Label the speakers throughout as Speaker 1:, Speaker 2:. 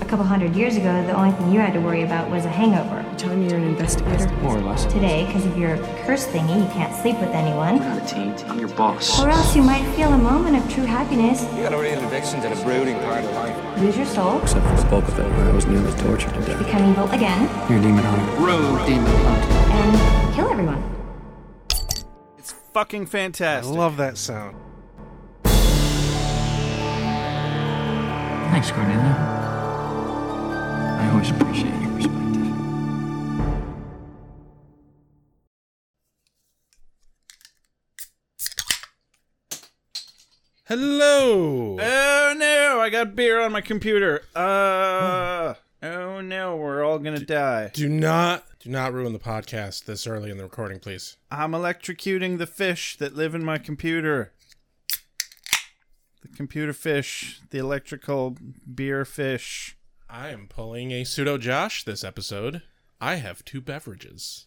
Speaker 1: A couple hundred years ago, the only thing you had to worry about was a hangover.
Speaker 2: You telling me you're an investigator?
Speaker 3: More or less.
Speaker 1: Today, because of your curse thingy, you can't sleep with anyone.
Speaker 3: I'm a team. I'm your boss.
Speaker 1: Or else you might feel a moment of true happiness,
Speaker 4: You got a real addiction to the brooding part of life.
Speaker 1: lose your soul,
Speaker 5: Except for the bulk of it, where I was nearly tortured to death.
Speaker 1: become evil again,
Speaker 5: You're a demon hunter.
Speaker 3: Road demon hunter.
Speaker 1: and kill everyone.
Speaker 6: It's fucking
Speaker 7: I
Speaker 6: fantastic.
Speaker 7: love that sound.
Speaker 5: Thanks, Cornelia. I always appreciate your perspective.
Speaker 7: Hello.
Speaker 6: oh no, I got beer on my computer. Uh, oh no, we're all gonna die.
Speaker 7: Do not do not ruin the podcast this early in the recording, please.
Speaker 6: I'm electrocuting the fish that live in my computer. The computer fish, the electrical beer fish.
Speaker 7: I am pulling a pseudo Josh this episode. I have two beverages.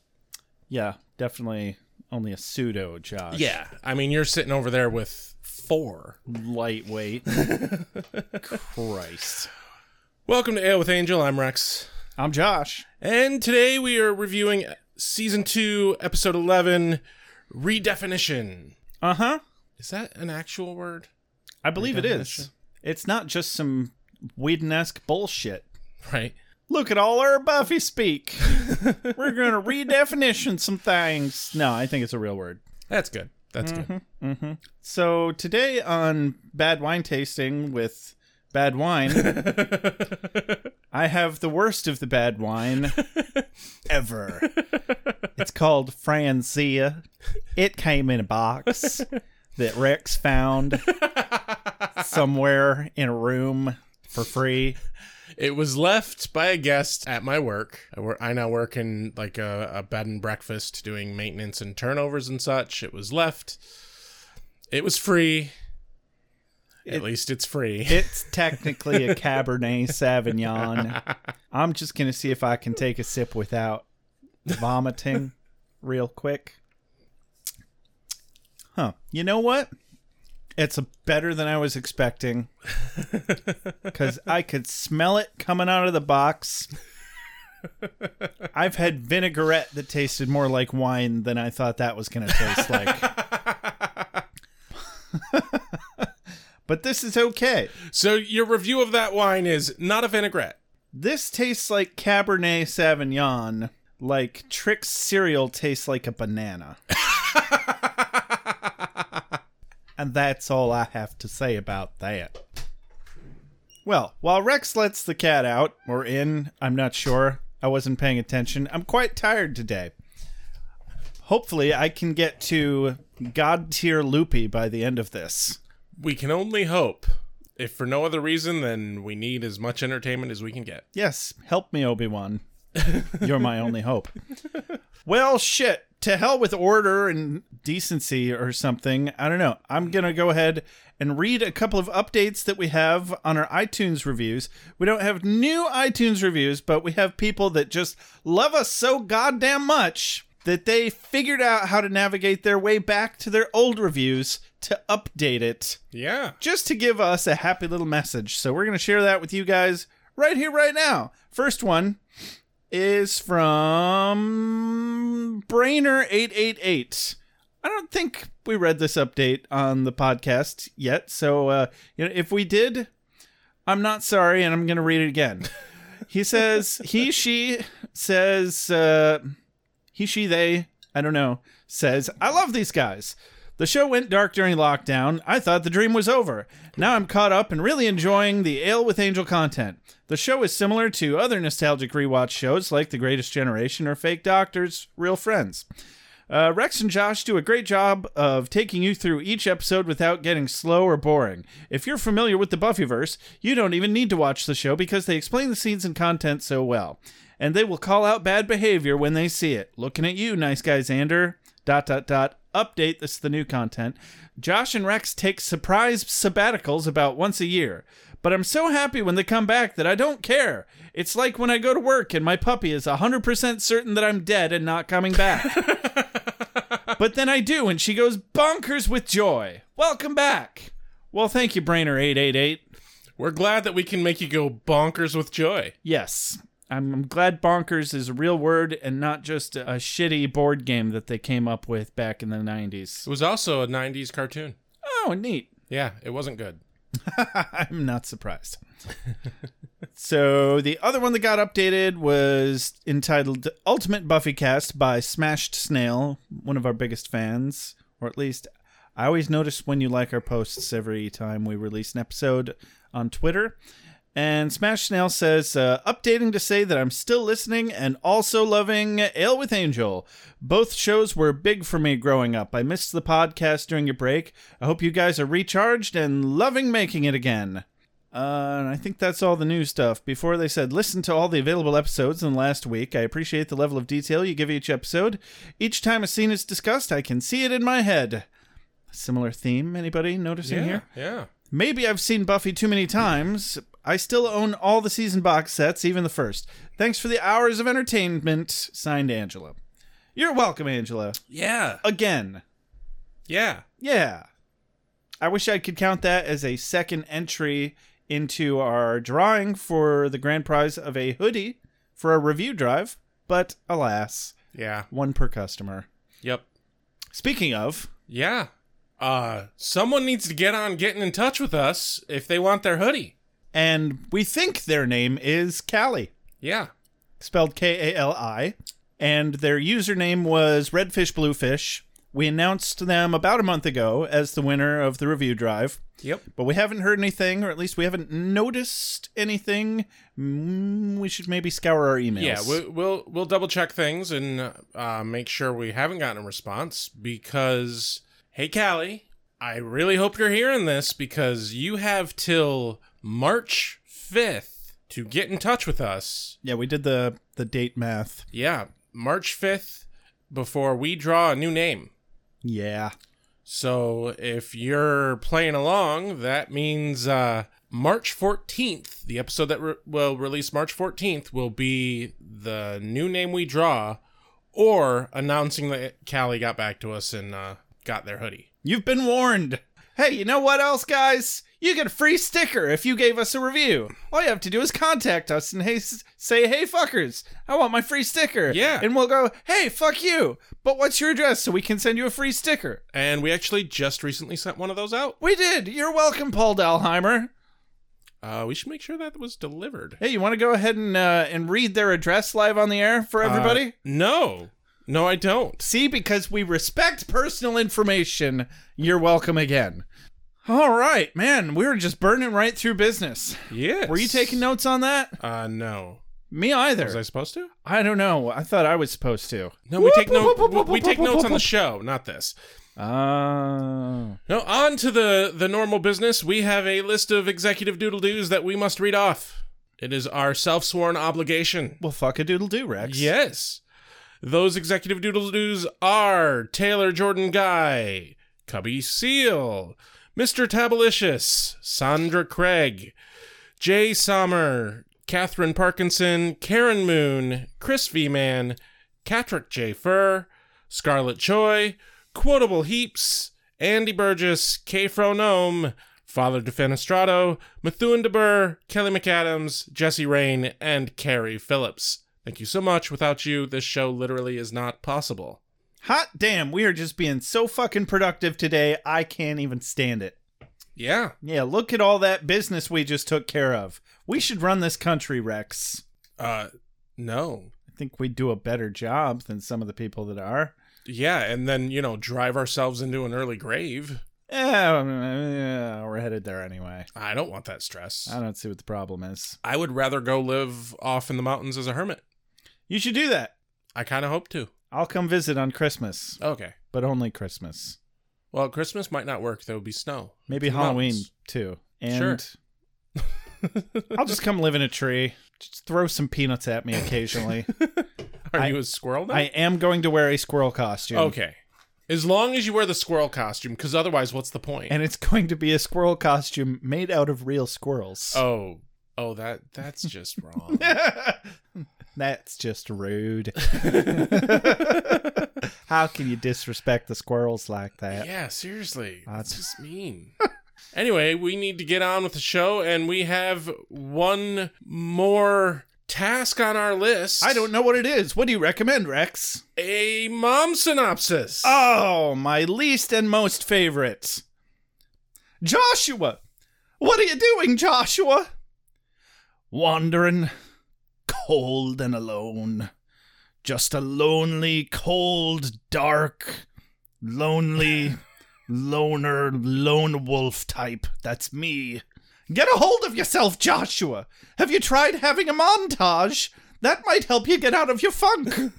Speaker 6: Yeah, definitely only a pseudo Josh.
Speaker 7: Yeah, I mean you're sitting over there with four.
Speaker 6: Lightweight. Christ.
Speaker 7: Welcome to Ale with Angel. I'm Rex,
Speaker 6: I'm Josh.
Speaker 7: and today we are reviewing season two, episode eleven, redefinition.
Speaker 6: Uh huh.
Speaker 7: Is that an actual word?
Speaker 6: I believe it is.
Speaker 7: Redefinition.
Speaker 6: It's not just some Whedon esque bullshit.
Speaker 7: Right.
Speaker 6: Look at all our Buffy speak. We're going to redefinition some things. No, I think it's a real word.
Speaker 7: That's good. That's good.
Speaker 6: So today on Bad Wine Tasting with Bad Wine, I have the worst of the bad wine ever. It's called Franzia. It came in a box that Rex found somewhere in a room for free.
Speaker 7: It was left by a guest at my work. I, wor- I now work in like a, a bed and breakfast doing maintenance and turnovers and such. It was left. It was free.
Speaker 6: It-
Speaker 7: at least it's free.
Speaker 6: It's technically a Cabernet Sauvignon. I'm just going to see if I can take a sip without vomiting real quick. Huh. You know what? It's a better than I was expecting because I could smell it coming out of the box. I've had vinaigrette that tasted more like wine than I thought that was going to taste like. but this is okay.
Speaker 7: so your review of that wine is not a vinaigrette.
Speaker 6: This tastes like Cabernet Sauvignon, like Trick's cereal tastes like a banana. and that's all I have to say about that. Well, while Rex lets the cat out, or in, I'm not sure. I wasn't paying attention. I'm quite tired today. Hopefully, I can get to God tier loopy by the end of this.
Speaker 7: We can only hope. If for no other reason than we need as much entertainment as we can get.
Speaker 6: Yes, help me, Obi Wan. You're my only hope. well, shit. To hell with order and decency or something. I don't know. I'm going to go ahead and read a couple of updates that we have on our iTunes reviews. We don't have new iTunes reviews, but we have people that just love us so goddamn much that they figured out how to navigate their way back to their old reviews to update it
Speaker 7: Yeah.
Speaker 6: just to give us a happy little message. So we're going to share that with you guys right here, right now. First one is from Brainer888. I don't think we read this update on the podcast yet. So, uh, you know, if we did, I'm not sorry, and I'm going to read it again. He says, he, she says, uh, he, she, they, I don't know, says, I love these guys. The show went dark during lockdown. I thought the dream was over. Now I'm caught up and really enjoying the Ale with Angel content. The show is similar to other nostalgic rewatch shows like The Greatest Generation or Fake Doctors, Real Friends. Uh, Rex and Josh do a great job of taking you through each episode without getting slow or boring. If you're familiar with the Buffyverse, you don't even need to watch the show because they explain the scenes and content so well. And they will call out bad behavior when they see it. Looking at you, nice guy Xander. Dot dot dot. Update. This is the new content. Josh and Rex take surprise sabbaticals about once a year. But I'm so happy when they come back that I don't care. It's like when I go to work and my puppy is 100% certain that I'm dead and not coming back. But then I do, and she goes bonkers with joy. Welcome back. Well, thank you, Brainer888.
Speaker 7: We're glad that we can make you go bonkers with joy.
Speaker 6: Yes. I'm I'm glad bonkers is a real word and not just a shitty board game that they came up with back in the 90s.
Speaker 7: It was also a 90s cartoon.
Speaker 6: Oh, neat.
Speaker 7: Yeah, it wasn't good.
Speaker 6: I'm not surprised. so the other one that got updated was entitled Ultimate Buffy Cast by Smashed Snail, one of our biggest fans, or at least I always notice when you like our posts every time we release an episode on Twitter. And Smash Snail says, uh, updating to say that I'm still listening and also loving Ale with Angel. Both shows were big for me growing up. I missed the podcast during your break. I hope you guys are recharged and loving making it again. Uh, and I think that's all the new stuff. Before they said, listen to all the available episodes in the last week. I appreciate the level of detail you give each episode. Each time a scene is discussed, I can see it in my head. Similar theme, anybody noticing here?
Speaker 7: Yeah.
Speaker 6: Maybe I've seen Buffy too many times. I still own all the season box sets, even the first. Thanks for the hours of entertainment, signed Angela. You're welcome, Angela.
Speaker 7: Yeah.
Speaker 6: Again.
Speaker 7: Yeah.
Speaker 6: Yeah. I wish I could count that as a second entry into our drawing for the grand prize of a hoodie for a review drive, but alas,
Speaker 7: Yeah.
Speaker 6: one per customer.
Speaker 7: Yep.
Speaker 6: Speaking of,
Speaker 7: Yeah. Uh someone needs to get on getting in touch with us if they want their hoodie.
Speaker 6: and we think their name is Callie.
Speaker 7: Yeah.
Speaker 6: spelled K A L I, and their username was Redfish Bluefish. We announced them about a month ago as the winner of the review drive,
Speaker 7: Yep.
Speaker 6: but we haven't heard anything, or at least we haven't noticed anything. Mm, we should maybe scour our emails.
Speaker 7: Yeah, we, we'll we'll double check things and uh, make sure we haven't gotten a response because hey Callie, I really hope you're hearing this because you have till March 5th to get in touch with us.
Speaker 6: yeah, we did the the date math.
Speaker 7: Yeah, March 5th before we draw a new name.
Speaker 6: Yeah,
Speaker 7: So if you're playing along, that means uh, March 14th, the episode that re- will release March 14th, will be the new name we draw or announcing that Callie got back to us and uh, got their hoodie.
Speaker 6: you've been warned. Hey, you know what else, guys? You get a free sticker if you gave us a review. All you have to do is contact us and hey, say, hey, fuckers, I want my free sticker.
Speaker 7: Yeah.
Speaker 6: And we'll go, hey, fuck you. But what's your address so we can send you a free sticker?
Speaker 7: And we actually just recently sent one of those out.
Speaker 6: We did. You're welcome, Paul Dahlheimer.
Speaker 7: Uh, we should make sure that was delivered.
Speaker 6: Hey, you want to go ahead and uh, and read their address live on the air
Speaker 7: Uh,
Speaker 6: for everybody?
Speaker 7: No. No, I don't.
Speaker 6: See, because we respect personal information, you're welcome again. All right, man, we were just burning right through business.
Speaker 7: Yes.
Speaker 6: Were you taking notes on that?
Speaker 7: Uh, no.
Speaker 6: Me
Speaker 7: Was
Speaker 6: either.
Speaker 7: I supposed to?
Speaker 6: I don't know. I thought I was supposed to.
Speaker 7: No, we take
Speaker 6: Whoop, whoop,
Speaker 7: notes.
Speaker 6: whoop,
Speaker 7: We
Speaker 6: whoop,
Speaker 7: take
Speaker 6: whoop,
Speaker 7: notes
Speaker 6: whoop,
Speaker 7: on the
Speaker 6: whoop.
Speaker 7: show, not this.
Speaker 6: Oh.
Speaker 7: Now, on to the, the normal business. We have a list of executive doodle doos that we must read off. It is our self sworn obligation.
Speaker 6: Well, fuck a doodle do, Rex.
Speaker 7: Yes. Those executive doodle doos are Taylor Jordan Guy, Cubby Seal, Mr. Tabalicious, Sandra Craig, Jay Sommer, Catherine Parkinson, Karen Moon, Chris V Man, Catrick J. Furr, Scarlett Choi, Quotable Heaps, Andy Burgess, K. Fronome, Father Defenestrado, Methuen DeBurr, Kelly McAdams, Jesse Rain, and Carrie Phillips. Thank you so much. Without you, this show literally is not possible.
Speaker 6: Hot damn, we are just being so fucking productive today, I can't even stand it.
Speaker 7: Yeah.
Speaker 6: Yeah, look at all that business we just took care of. We should run this country, Rex.
Speaker 7: Uh, no.
Speaker 6: I think we'd do a better job than some of the people that are.
Speaker 7: Yeah, and then, you know, drive ourselves into an early grave.
Speaker 6: Yeah, um, yeah, we're headed there anyway.
Speaker 7: I don't want that stress.
Speaker 6: I don't see what the problem is.
Speaker 7: I would rather go live off in the mountains as a hermit.
Speaker 6: You should do that.
Speaker 7: I kind of hope to.
Speaker 6: I'll come visit on Christmas,
Speaker 7: Okay.
Speaker 6: but only Christmas.
Speaker 7: Well, Christmas might not work. There would be snow.
Speaker 6: Maybe
Speaker 7: It's the
Speaker 6: Halloween
Speaker 7: mountains.
Speaker 6: too. And I'll just come live in a tree. Just throw some peanuts at me occasionally.
Speaker 7: Are
Speaker 6: I-
Speaker 7: you a squirrel now?
Speaker 6: I am going to wear a squirrel costume.
Speaker 7: okay. As long as you wear the squirrel costume, because otherwise, what's the point?
Speaker 6: And it's going to be a squirrel costume made out of real squirrels.
Speaker 7: oh, oh, that that's just wrong.
Speaker 6: That's just rude. How can you disrespect the squirrels like that?
Speaker 7: yeah, seriously, that's just mean. Anyway, we need to get on with the show, and we have one more task on our list.
Speaker 6: I don't know what it is. What do you recommend, Rex?
Speaker 7: A mom synopsis.
Speaker 6: Oh, my least and most favorite. Joshua! What are you doing, Joshua? Wandering, cold and alone. Just a lonely, cold, dark, lonely, loner, lone wolf type. That's me. Get a hold of yourself, Joshua! Have you tried having a montage? That might help you get out of your funk.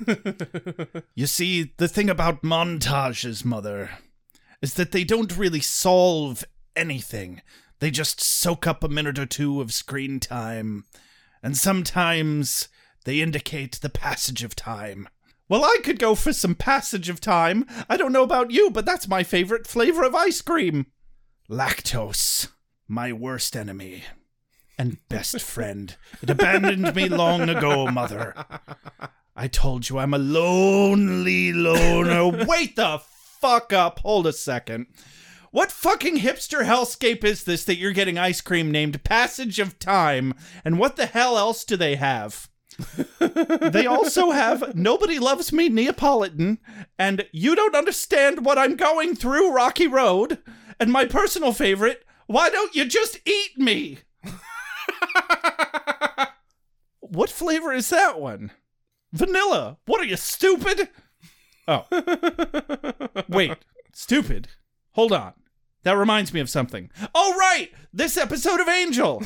Speaker 6: You see, the thing about montages, Mother, is that they don't really solve anything. They just soak up a minute or two of screen time, and sometimes they indicate the passage of time. Well, I could go for some passage of time. I don't know about you, but that's my favorite flavor of ice cream. Lactose, my worst enemy and best friend. It abandoned me long ago, Mother. I told you I'm a lonely loner. Wait the fuck up. Hold a second. What fucking hipster hellscape is this that you're getting ice cream named Passage of Time? And what the hell else do they have? they also have Nobody Loves Me Neapolitan and You Don't Understand What I'm Going Through Rocky Road. And my personal favorite, Why Don't You Just Eat Me? what flavor is that one? Vanilla. What are you, stupid? Oh. Wait, stupid. Hold on. That reminds me of something. Oh, right. This episode of Angel.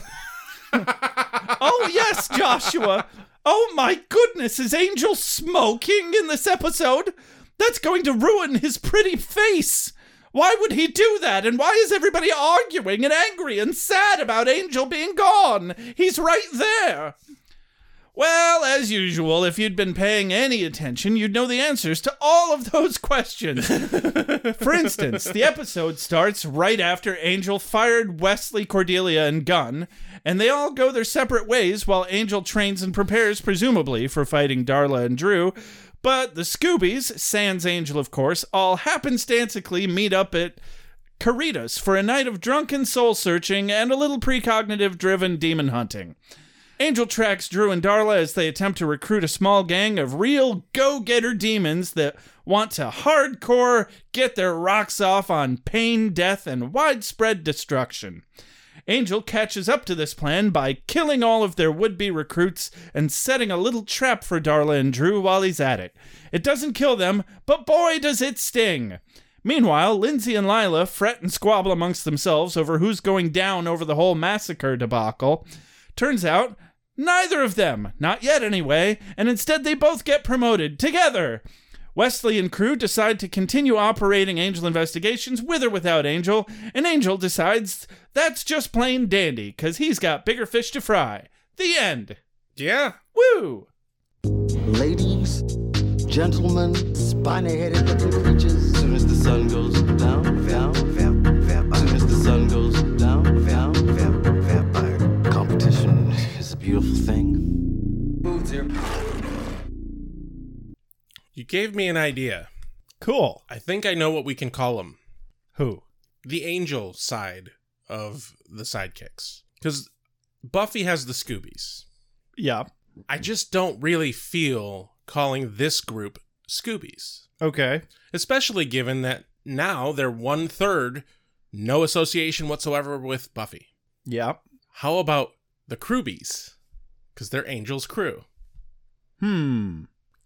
Speaker 6: oh, yes, Joshua. Oh, my goodness. Is Angel smoking in this episode? That's going to ruin his pretty face. Why would he do that? And why is everybody arguing and angry and sad about Angel being gone? He's right there. Well, as usual, if you'd been paying any attention, you'd know the answers to all of those questions. For instance, the episode starts right after Angel fired Wesley, Cordelia, and Gunn, and they all go their separate ways while Angel trains and prepares, presumably, for fighting Darla and Drew. But the Scoobies, Sans Angel, of course, all happenstancically meet up at Caritas for a night of drunken soul searching and a little precognitive driven demon hunting. Angel tracks Drew and Darla as they attempt to recruit a small gang of real go getter demons that want to hardcore get their rocks off on pain, death, and widespread destruction. Angel catches up to this plan by killing all of their would be recruits and setting a little trap for Darla and Drew while he's at it. It doesn't kill them, but boy, does it sting! Meanwhile, Lindsay and Lila fret and squabble amongst themselves over who's going down over the whole massacre debacle. Turns out, neither of them, not yet anyway, and instead they both get promoted together. Wesley and crew decide to continue operating Angel investigations with or without Angel, and Angel decides that's just plain dandy, because he's got bigger fish to fry. The end.
Speaker 7: yeah.
Speaker 6: Woo!
Speaker 2: Ladies, gentlemen, spiny headed looking creatures. Soon as the sun goes down, down, down, down. Soon as the sun goes down, down, down, vampire. Competition is a beautiful thing.
Speaker 7: You gave me an idea.
Speaker 6: Cool.
Speaker 7: I think I know what we can call them.
Speaker 6: Who?
Speaker 7: The angel side of the sidekicks. Because Buffy has the Scoobies.
Speaker 6: Yeah.
Speaker 7: I just don't really feel calling this group Scoobies.
Speaker 6: Okay.
Speaker 7: especially given that now they're one third no association whatsoever with Buffy.
Speaker 6: Yeah.
Speaker 7: How about the Crewbies? Because they're Angel's crew.
Speaker 6: Hmm.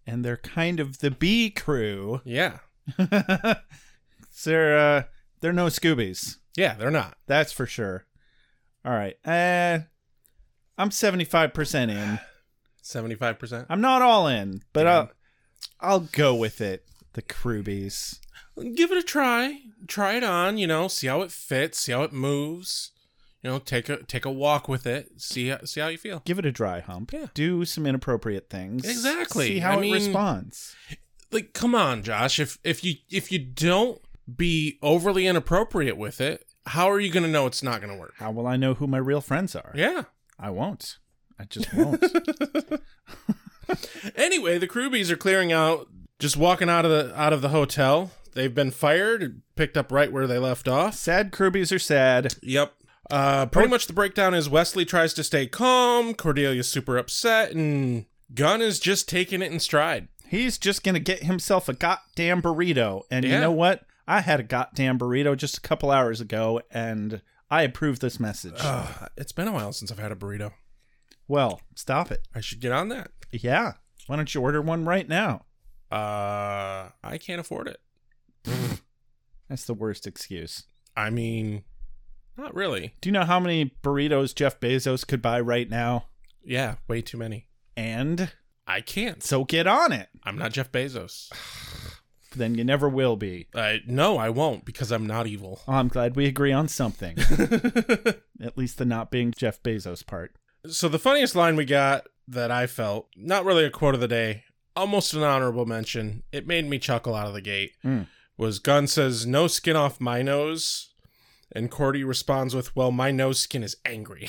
Speaker 6: And they're kind of the B crew.
Speaker 7: Yeah.
Speaker 6: they're uh, they're no Scoobies.
Speaker 7: Yeah, they're not.
Speaker 6: That's for sure. All right. Uh, I'm 75% in.
Speaker 7: 75%.
Speaker 6: I'm not all in, but I'll, I'll go with it. The Krubies.
Speaker 7: Give it a try. Try it on, you know, see how it fits, see how it moves. You know, take a take a walk with it. See how, see how you feel.
Speaker 6: Give it a dry hump.
Speaker 7: Yeah.
Speaker 6: Do some inappropriate things.
Speaker 7: Exactly.
Speaker 6: See how
Speaker 7: I
Speaker 6: it
Speaker 7: mean-
Speaker 6: responds.
Speaker 7: Like come on, Josh, if if you if you don't be overly inappropriate with it, how are you going to know it's not going to work?
Speaker 6: How will I know who my real friends are?
Speaker 7: Yeah.
Speaker 6: I won't. I just won't.
Speaker 7: Anyway, the Krubies are clearing out, just walking out of the out of the hotel They've been fired, picked up right where they left off.
Speaker 6: Sad Kirby's are sad.
Speaker 7: Yep. Uh, pretty much the breakdown is Wesley tries to stay calm, Cordelia's super upset, and Gunn is just taking it in stride.
Speaker 6: He's just going to get himself a goddamn burrito. And you
Speaker 7: Yeah.
Speaker 6: know what? I had a goddamn burrito just a couple hours ago, and I approve this message.
Speaker 7: Uh, it's been a while since I've had a burrito.
Speaker 6: well, stop it.
Speaker 7: I should get on that.
Speaker 6: Yeah. Why don't you order one right now?
Speaker 7: Uh, I can't afford it.
Speaker 6: That's the worst excuse.
Speaker 7: I mean, not really.
Speaker 6: Do you know how many burritos Jeff Bezos could buy right now?
Speaker 7: Yeah, way too many.
Speaker 6: And
Speaker 7: I can't.
Speaker 6: so get on it.
Speaker 7: I'm not Jeff Bezos.
Speaker 6: Then you never will be.
Speaker 7: Uh, no, I won't because I'm not evil.
Speaker 6: Oh, I'm glad we agree on something. At least the not being Jeff Bezos part.
Speaker 7: So the funniest line we got that I felt, not really a quote of the day, almost an honorable mention. It made me chuckle out of the gate.
Speaker 6: Mm.
Speaker 7: Was Gunn says, "No skin off my nose," and Cordy responds with, "Well, my nose skin is angry."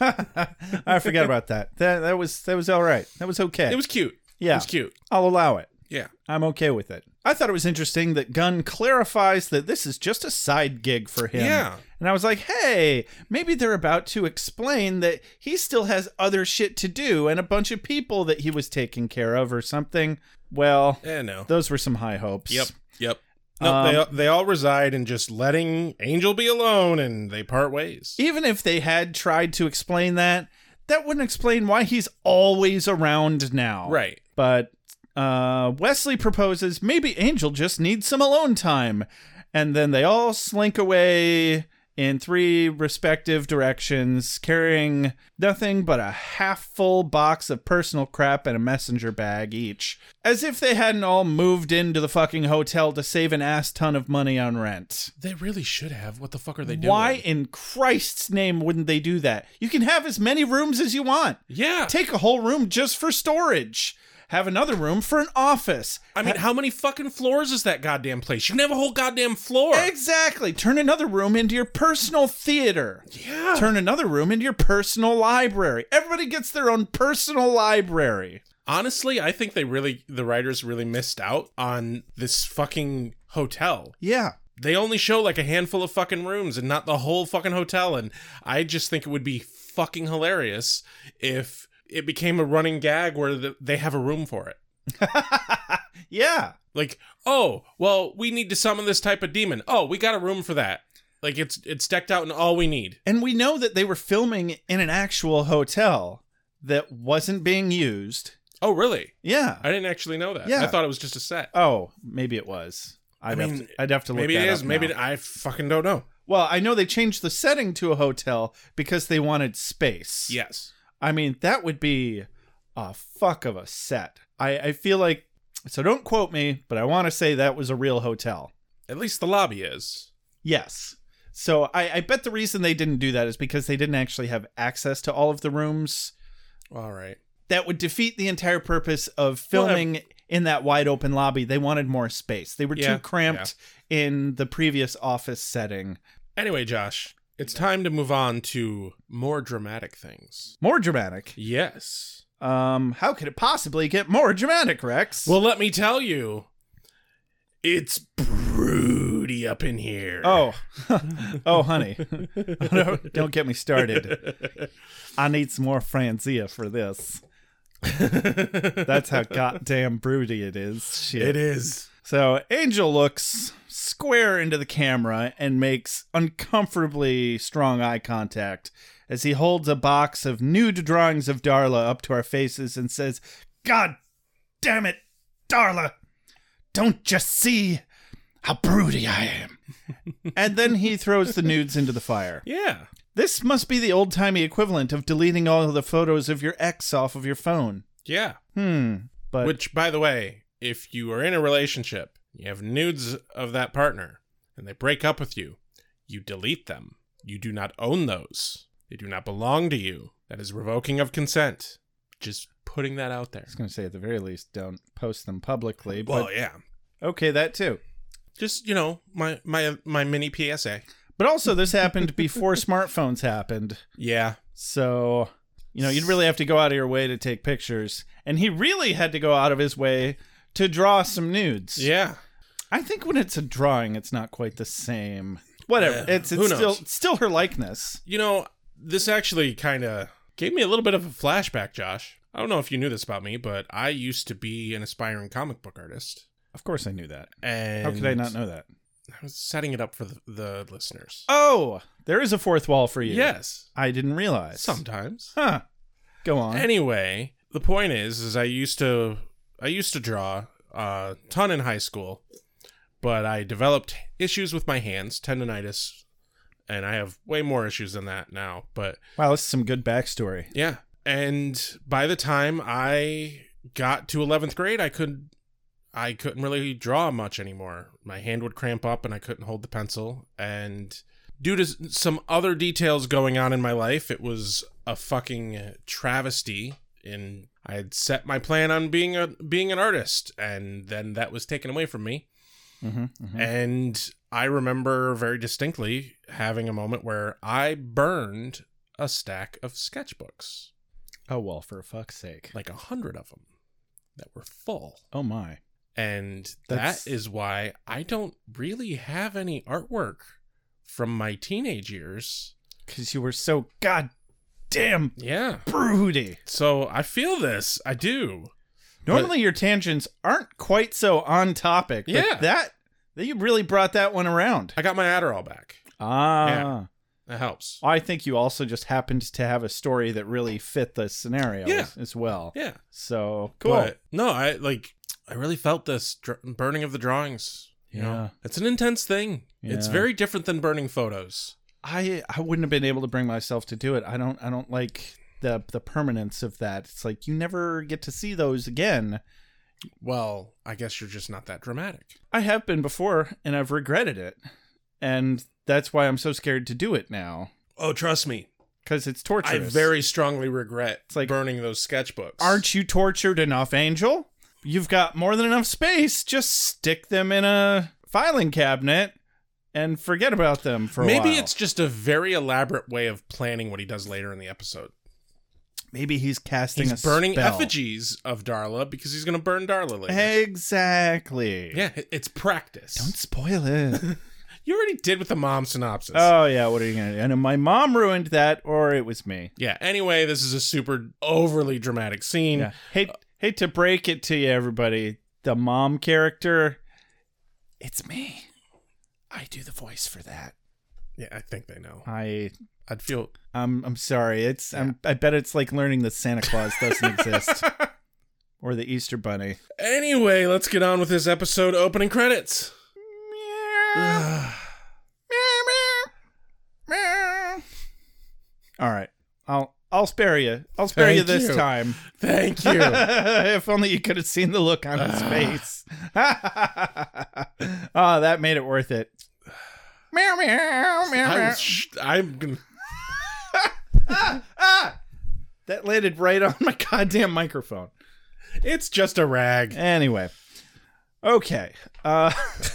Speaker 6: I forgot about that. That that was that was all right. That was okay.
Speaker 7: It was cute.
Speaker 6: yeah.
Speaker 7: It was cute.
Speaker 6: I'll allow it.
Speaker 7: Yeah.
Speaker 6: I'm okay with it. I thought it was interesting that Gunn clarifies that this is just a side gig for him.
Speaker 7: Yeah.
Speaker 6: And I was like, hey, maybe they're about to explain that he still has other shit to do and a bunch of people that he was taking care of or something. Well,
Speaker 7: Eh, no.
Speaker 6: those Um, were some high hopes.
Speaker 7: Yep. Yep. No, they they all reside in just letting Angel be alone, and they part ways.
Speaker 6: Even if they had tried to explain that, that wouldn't explain why he's always around now.
Speaker 7: Right.
Speaker 6: But uh, Wesley proposes maybe Angel just needs some alone time. And then they all slink away in three respective directions, carrying nothing but a half full box of personal crap and a messenger bag each, as if they hadn't all moved into the fucking hotel to save an ass ton of money on rent.
Speaker 7: They really should have. What the fuck are they doing?
Speaker 6: Why in Christ's name wouldn't they do that? You can have as many rooms as you want.
Speaker 7: Yeah.
Speaker 6: Take a whole room just for storage. Have another room for an office.
Speaker 7: I mean, how many fucking floors is that goddamn place? You can have a whole goddamn floor.
Speaker 6: Exactly. Turn another room into your personal theater.
Speaker 7: Yeah.
Speaker 6: Turn another room into your personal library. Everybody gets their own personal library.
Speaker 7: Honestly, I think they really, the writers really missed out on this fucking hotel.
Speaker 6: Yeah.
Speaker 7: They only show like a handful of fucking rooms and not the whole fucking hotel. And I just think it would be fucking hilarious if it became a running gag where the, they have a room for it.
Speaker 6: Yeah.
Speaker 7: Like, oh, well, we need to summon this type of demon. Oh, we got a room for that. Like it's it's decked out in all we need.
Speaker 6: And we know that they were filming in an actual hotel that wasn't being used.
Speaker 7: Oh, really?
Speaker 6: Yeah.
Speaker 7: I didn't actually know that.
Speaker 6: Yeah.
Speaker 7: I thought it was just a set.
Speaker 6: Oh, maybe it was. I'd,
Speaker 7: I
Speaker 6: have,
Speaker 7: mean,
Speaker 6: to, I'd have to look
Speaker 7: Maybe
Speaker 6: that
Speaker 7: it is.
Speaker 6: up
Speaker 7: Maybe
Speaker 6: now.
Speaker 7: it- I fucking don't know.
Speaker 6: Well, I know they changed the setting to a hotel because they wanted space.
Speaker 7: Yes.
Speaker 6: I mean, that would be a fuck of a set. I, I feel like, so don't quote me, but I want to say that was a real hotel.
Speaker 7: At least the lobby is.
Speaker 6: Yes. So I, I bet the reason they didn't do that is because they didn't actually have access to all of the rooms.
Speaker 7: All right.
Speaker 6: That would defeat the entire purpose of filming in that wide open lobby. They wanted more space. They were
Speaker 7: Yeah,
Speaker 6: too cramped in the previous office setting.
Speaker 7: Anyway, Josh, it's time to move on to more dramatic things.
Speaker 6: More dramatic.
Speaker 7: Yes.
Speaker 6: Um, how could it possibly get more dramatic, Rex?
Speaker 7: Well, let me tell you, it's broody up in here.
Speaker 6: oh, oh, honey, don't, don't get me started. I need some more Franzia for this. That's how goddamn broody it is. Shit.
Speaker 7: it is.
Speaker 6: So Angel looks square into the camera and makes uncomfortably strong eye contact as he holds a box of nude drawings of Darla up to our faces and says, God damn it, Darla! Don't just see how broody I am. and then he throws the nudes into the fire.
Speaker 7: Yeah.
Speaker 6: This must be the old timey equivalent of deleting all of the photos of your ex off of your phone.
Speaker 7: Yeah.
Speaker 6: Hmm. But
Speaker 7: Which, by the way, if you are in a relationship, you have nudes of that partner, and they break up with you, you delete them. You do not own those. They do not belong to you. That is revoking of consent. Just putting that out there.
Speaker 6: I was going to say, at the very least, don't post them publicly. But
Speaker 7: Well, yeah.
Speaker 6: Okay, that too.
Speaker 7: Just you know, my my my mini PSA.
Speaker 6: But also, this happened before smartphones happened.
Speaker 7: Yeah.
Speaker 6: So, you know, you'd really have to go out of your way to take pictures. And he really had to go out of his way to draw some nudes.
Speaker 7: Yeah.
Speaker 6: I think when it's a drawing, it's not quite the same. Whatever.
Speaker 7: Yeah,
Speaker 6: It's, it's
Speaker 7: who
Speaker 6: still
Speaker 7: knows?
Speaker 6: it's still her likeness.
Speaker 7: You know, this actually kind of gave me a little bit of a flashback, Josh. I don't know if you knew this about me, but I used to be an aspiring comic book artist.
Speaker 6: Of course, I knew that.
Speaker 7: And
Speaker 6: How could I not know that?
Speaker 7: I was setting it up for the, the listeners.
Speaker 6: Oh, there is a fourth wall for you.
Speaker 7: Yes,
Speaker 6: I didn't realize.
Speaker 7: sometimes.
Speaker 6: Huh. Go on.
Speaker 7: Anyway, the point is, is I used to, I used to draw a ton in high school, but I developed issues with my hands, tendonitis, and I have way more issues than that now. But
Speaker 6: wow, this is some good backstory.
Speaker 7: Yeah. And by the time I got to 11th grade, I could I couldn't really draw much anymore. My hand would cramp up and I couldn't hold the pencil and due to s- some other details going on in my life, it was a fucking travesty and I had set my plan on being a being an artist and then that was taken away from me. And I remember very distinctly having a moment where I burned a stack of sketchbooks,
Speaker 6: Oh well, for fuck's sake.
Speaker 7: like a hundred of them that were full.
Speaker 6: Oh my.
Speaker 7: And
Speaker 6: That's-
Speaker 7: that is why I don't really have any artwork from my teenage years.
Speaker 6: Because you were so goddamn
Speaker 7: Yeah.
Speaker 6: broody.
Speaker 7: So I feel this. I do.
Speaker 6: Normally, your tangents aren't quite so on topic. But
Speaker 7: Yeah.
Speaker 6: That that you really brought that one around.
Speaker 7: I got my Adderall back.
Speaker 6: Ah.
Speaker 7: Yeah. That helps.
Speaker 6: I think you also just happened to have a story that really fit the scenario
Speaker 7: Yeah.
Speaker 6: as well.
Speaker 7: Yeah.
Speaker 6: So cool.
Speaker 7: But no, I like I really felt this dr- burning of the drawings. You
Speaker 6: Yeah.
Speaker 7: know, it's an intense thing. It's
Speaker 6: Yeah.
Speaker 7: very different than burning photos.
Speaker 6: I I wouldn't have been able to bring myself to do it. I don't I don't like the the permanence of that. It's like you never get to see those again.
Speaker 7: Well, I guess you're just not that dramatic.
Speaker 6: I have been before and I've regretted it. And that's why I'm so scared to do it now
Speaker 7: Oh, trust me.
Speaker 6: cuz it's torturous.
Speaker 7: I very strongly regret
Speaker 6: like-
Speaker 7: burning those sketchbooks.
Speaker 6: Aren't you tortured enough, Angel? You've got more than enough space. Just stick them in a filing cabinet and forget about them for a
Speaker 7: Maybe
Speaker 6: while.
Speaker 7: it's just a very elaborate way of planning what he does later in the episode.
Speaker 6: maybe he's casting
Speaker 7: He's
Speaker 6: a
Speaker 7: burning
Speaker 6: spell.
Speaker 7: effigies of Darla because he's going to burn Darla later.
Speaker 6: Exactly.
Speaker 7: Yeah, it- it's practice.
Speaker 6: Don't spoil it.
Speaker 7: You already did with the mom synopsis.
Speaker 6: Oh yeah, what are you gonna do? And my mom ruined that, or it was me.
Speaker 7: yeah, anyway, this is a super overly dramatic scene.
Speaker 6: Yeah. Hate hate to break it to you, everybody. The mom character, it's me. I do the voice for that.
Speaker 7: Yeah, I think they know.
Speaker 6: I
Speaker 7: I'd feel
Speaker 6: I'm I'm sorry. It's I'm, I bet it's like learning that Santa Claus doesn't exist, or the Easter Bunny.
Speaker 7: Anyway, let's get on with this episode opening credits.
Speaker 6: All right, I'll I'll spare you. I'll spare you
Speaker 7: Thank
Speaker 6: this
Speaker 7: you.
Speaker 6: time.
Speaker 7: Thank you.
Speaker 6: if only you could have seen the look on his face. oh, that made it worth it. Meow meow meow.
Speaker 7: I,
Speaker 6: meow.
Speaker 7: sh- I'm gonna.
Speaker 6: That landed right on my goddamn microphone.
Speaker 7: It's just a rag.
Speaker 6: Anyway, okay. Uh,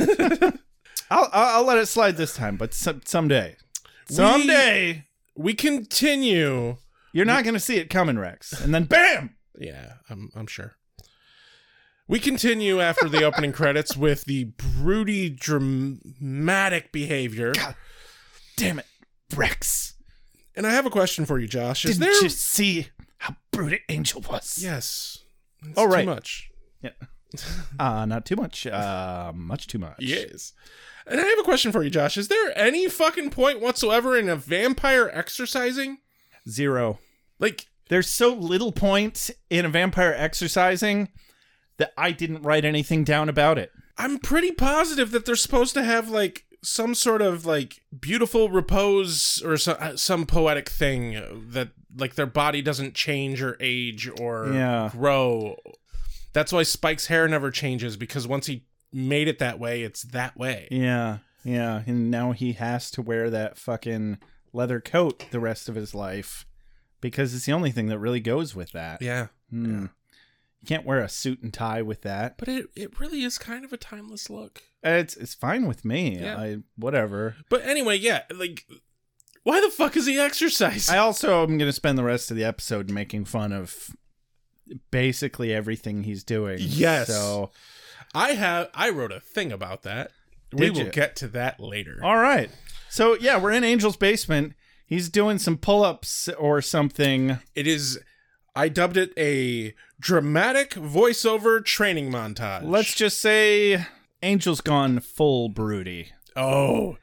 Speaker 6: I'll, I'll I'll let it slide this time, but some, someday, someday
Speaker 7: We continue.
Speaker 6: you're not gonna see it coming, Rex. And then bam.
Speaker 7: Yeah, I'm, I'm sure. We continue after the opening credits with the broody, dramatic behavior.
Speaker 6: Damn it, Rex!
Speaker 7: And I have a question for you, Josh. Is
Speaker 6: Didn't
Speaker 7: there?
Speaker 6: you see how brutal Angel was?
Speaker 7: Yes. It's
Speaker 6: All Oh, right.
Speaker 7: Too much.
Speaker 6: Uh, not too much. Uh, much too much.
Speaker 7: Yes. And I have a question for you, Josh. Is there any fucking point whatsoever in a vampire exercising?
Speaker 6: Zero.
Speaker 7: Like,
Speaker 6: There's so little point in a vampire exercising that I didn't write anything down about it.
Speaker 7: I'm pretty positive that they're supposed to have like some sort of like beautiful repose or so, uh, some poetic thing that like their body doesn't change or age or
Speaker 6: Yeah.
Speaker 7: grow. That's why Spike's hair never changes because once he made it that way, it's that way.
Speaker 6: Yeah. Yeah. And now he has to wear that fucking leather coat the rest of his life because it's the only thing that really goes with that.
Speaker 7: Yeah.
Speaker 6: Hmm. You can't wear a suit and tie with that.
Speaker 7: But it, it really is kind of a timeless look.
Speaker 6: It's it's fine with me.
Speaker 7: Yeah.
Speaker 6: I whatever.
Speaker 7: But anyway, yeah, like why the fuck is he exercising?
Speaker 6: I also am going to spend the rest of the episode making fun of basically everything he's doing.
Speaker 7: Yes.
Speaker 6: So
Speaker 7: I have I wrote a thing about that. we
Speaker 6: Did
Speaker 7: will
Speaker 6: you?
Speaker 7: get to that later.
Speaker 6: All right. So yeah, we're in Angel's basement. He's doing some pull-ups or something.
Speaker 7: It is I dubbed it a dramatic voiceover training montage.
Speaker 6: Let's just say Angel's gone full broody.
Speaker 7: Oh.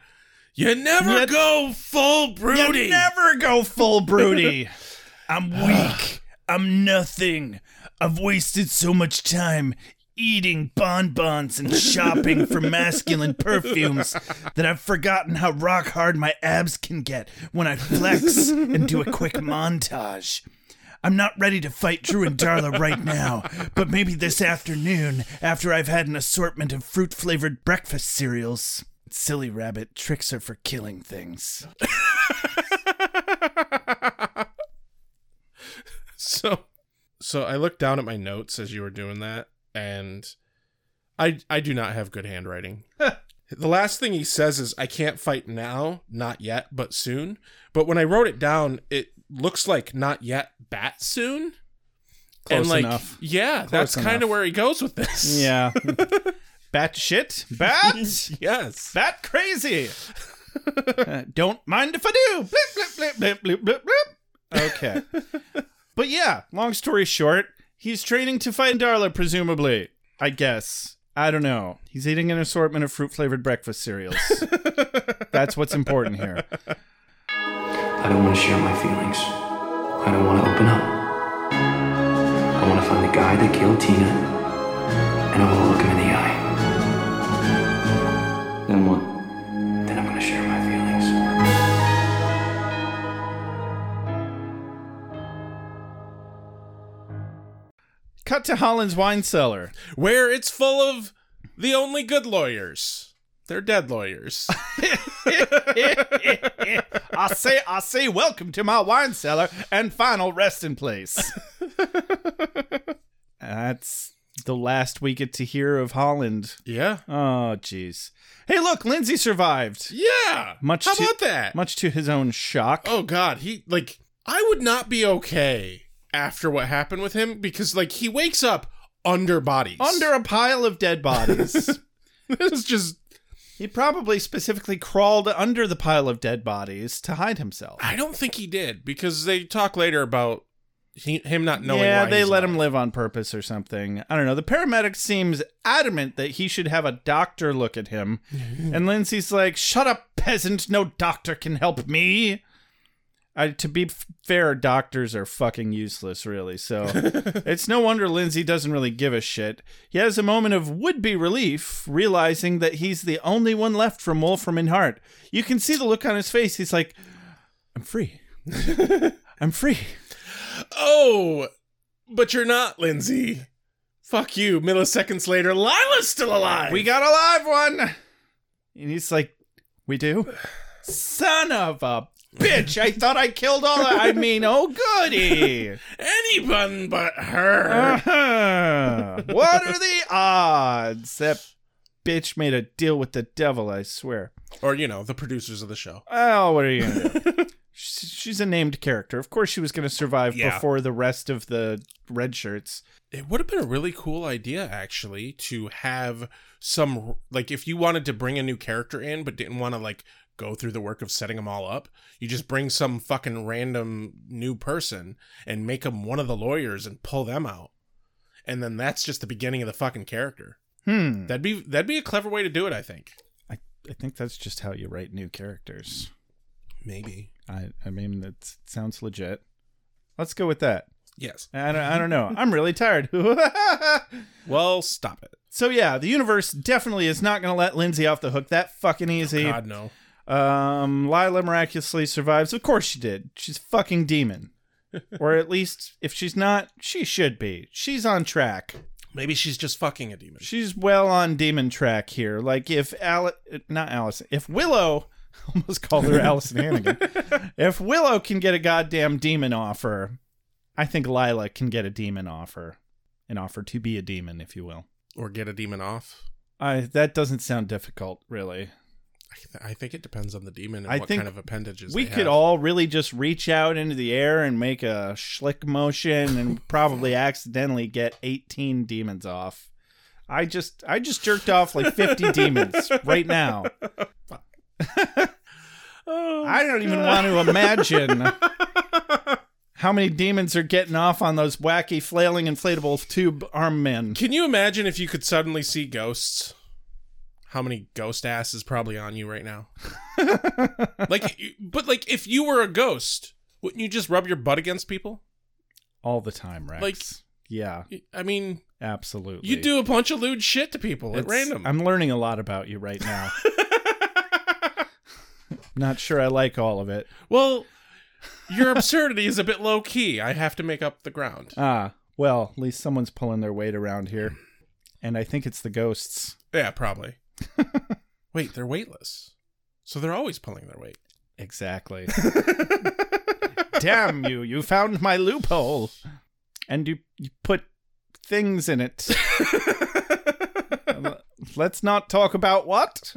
Speaker 7: You never
Speaker 6: You-
Speaker 7: go full broody.
Speaker 6: You never go full broody. I'm weak. I'm nothing. I've wasted so much time eating bonbons and shopping for masculine perfumes that I've forgotten how rock hard my abs can get when I flex and do a quick montage. I'm not ready to fight Drew and Darla right now, but maybe this afternoon after I've had an assortment of fruit flavored breakfast cereals. Silly rabbit tricks her for killing things.
Speaker 7: so so I looked down at my notes as you were doing that and I I do not have good handwriting. the last thing he says is I can't fight now, not yet, but soon. But when I wrote it down, it looks like not yet bat soon.
Speaker 6: Close enough.
Speaker 7: Yeah, that's
Speaker 6: enough.
Speaker 7: kind of where he goes with this.
Speaker 6: Yeah. Bat shit. Bat.
Speaker 7: Yes.
Speaker 6: Bat crazy. Uh, don't mind if I do. Blip, blip, blip, blip, blip, blip, blip. Okay. but yeah, long story short, he's training to fight Darla, presumably. I guess. I don't know. He's eating an assortment of fruit flavored breakfast cereals. That's what's important here.
Speaker 5: I don't want to share my feelings. I don't want to open up. I want to find the guy that killed Tina, and I want to look him in the eye.
Speaker 3: Then what?
Speaker 5: Then I'm going to share my feelings.
Speaker 6: Cut to Holland's wine cellar.
Speaker 7: Where it's full of the only good lawyers. They're dead lawyers.
Speaker 6: I say, I say, welcome to my wine cellar and final resting place. That's the last we get to hear of Holland.
Speaker 7: yeah.
Speaker 6: Oh, jeez. Hey, look, Lindsay survived.
Speaker 7: Yeah.
Speaker 6: Much
Speaker 7: How
Speaker 6: to-
Speaker 7: about that?
Speaker 6: Much to his own shock.
Speaker 7: oh god he like i would not be okay after what happened with him because like he wakes up under bodies
Speaker 6: Under a pile of dead bodies.
Speaker 7: this is just
Speaker 6: he probably specifically crawled under the pile of dead bodies to hide himself.
Speaker 7: i don't think he did because they talk later about he, him not knowing
Speaker 6: yeah,
Speaker 7: why
Speaker 6: they
Speaker 7: he's
Speaker 6: let
Speaker 7: alive.
Speaker 6: him live on purpose or something. I don't know. The paramedic seems adamant that he should have a doctor look at him. and Lindsay's like, shut up, peasant. No doctor can help me. I, to be f- fair, doctors are fucking useless, really. So it's no wonder Lindsay doesn't really give a shit. He has a moment of would be relief, realizing that he's the only one left from Wolfram and Hart. You can see the look on his face. He's like, I'm free. I'm free.
Speaker 7: oh but you're not lindsay fuck you milliseconds later lila's still alive
Speaker 6: We got a live one. And he's like, We do? Son of a bitch. I thought I killed all of I mean, oh goody.
Speaker 7: anyone but her
Speaker 6: Ah. Uh-huh. What are the odds? That bitch made a deal with the devil, I swear.
Speaker 7: or you know the producers of the show
Speaker 6: Oh, what are you gonna do? She's she's a named character. Of course, she was going to survive
Speaker 7: Yeah.
Speaker 6: before the rest of the red shirts.
Speaker 7: It would have been a really cool idea, actually, to have some like if you wanted to bring a new character in but didn't want to like go through the work of setting them all up, you just bring some fucking random new person and make them one of the lawyers and pull them out, and then that's just the beginning of the fucking character.
Speaker 6: Hmm.
Speaker 7: That'd be that'd be a clever way to do it, I think.
Speaker 6: I, I think that's just how you write new characters.
Speaker 7: Maybe.
Speaker 6: I, I mean, that sounds legit. Let's go with that.
Speaker 7: Yes.
Speaker 6: I don't, I don't know. I'm really tired.
Speaker 7: Well, stop it.
Speaker 6: so yeah, the universe definitely is not going to let Lindsay off the hook that fucking easy.
Speaker 7: Oh, God no.
Speaker 6: um, Lila miraculously survives. Of course she did. She's a fucking demon. or at least if she's not, she should be. She's on track.
Speaker 7: Maybe she's just fucking a demon.
Speaker 6: She's well on demon track here. Like if Al, not Allison, if Willow, almost called her Allison Hannigan. If Willow can get a goddamn demon offer, I think Lila can get a demon offer, an offer to be a demon, if you will.
Speaker 7: Or get a demon off.
Speaker 6: I that doesn't sound difficult, really.
Speaker 7: I, th- I think it depends on the demon and
Speaker 6: I
Speaker 7: what
Speaker 6: think
Speaker 7: kind of appendages
Speaker 6: We
Speaker 7: they
Speaker 6: could
Speaker 7: have.
Speaker 6: all really just reach out into the air and make a schlick motion, and probably accidentally get eighteen demons off. I just I just jerked off like 50 demons right now.
Speaker 7: Oh,
Speaker 6: I don't even want to imagine how many demons are getting off on those wacky flailing inflatable tube arm men.
Speaker 7: Can you imagine if you could suddenly see ghosts? How many ghost ass is probably on you right now? like, you- but like, if you were a ghost, wouldn't you just rub your butt against people?
Speaker 6: all the time, Rex.
Speaker 7: Like-
Speaker 6: yeah,
Speaker 7: I mean,
Speaker 6: absolutely.
Speaker 7: you do a bunch of lewd shit to people at
Speaker 6: It's-
Speaker 7: random.
Speaker 6: I'm learning a lot about you right now. Not sure I like all of it.
Speaker 7: well, your absurdity is a bit low key. I have to make up the ground.
Speaker 6: Ah, well, at least someone's pulling their weight around here. And I think it's the ghosts.
Speaker 7: Yeah, probably. Wait, they're weightless, so they're always pulling their weight.
Speaker 6: Exactly. Damn you, you found my loophole. And you, you put things in it. Let's not talk about what?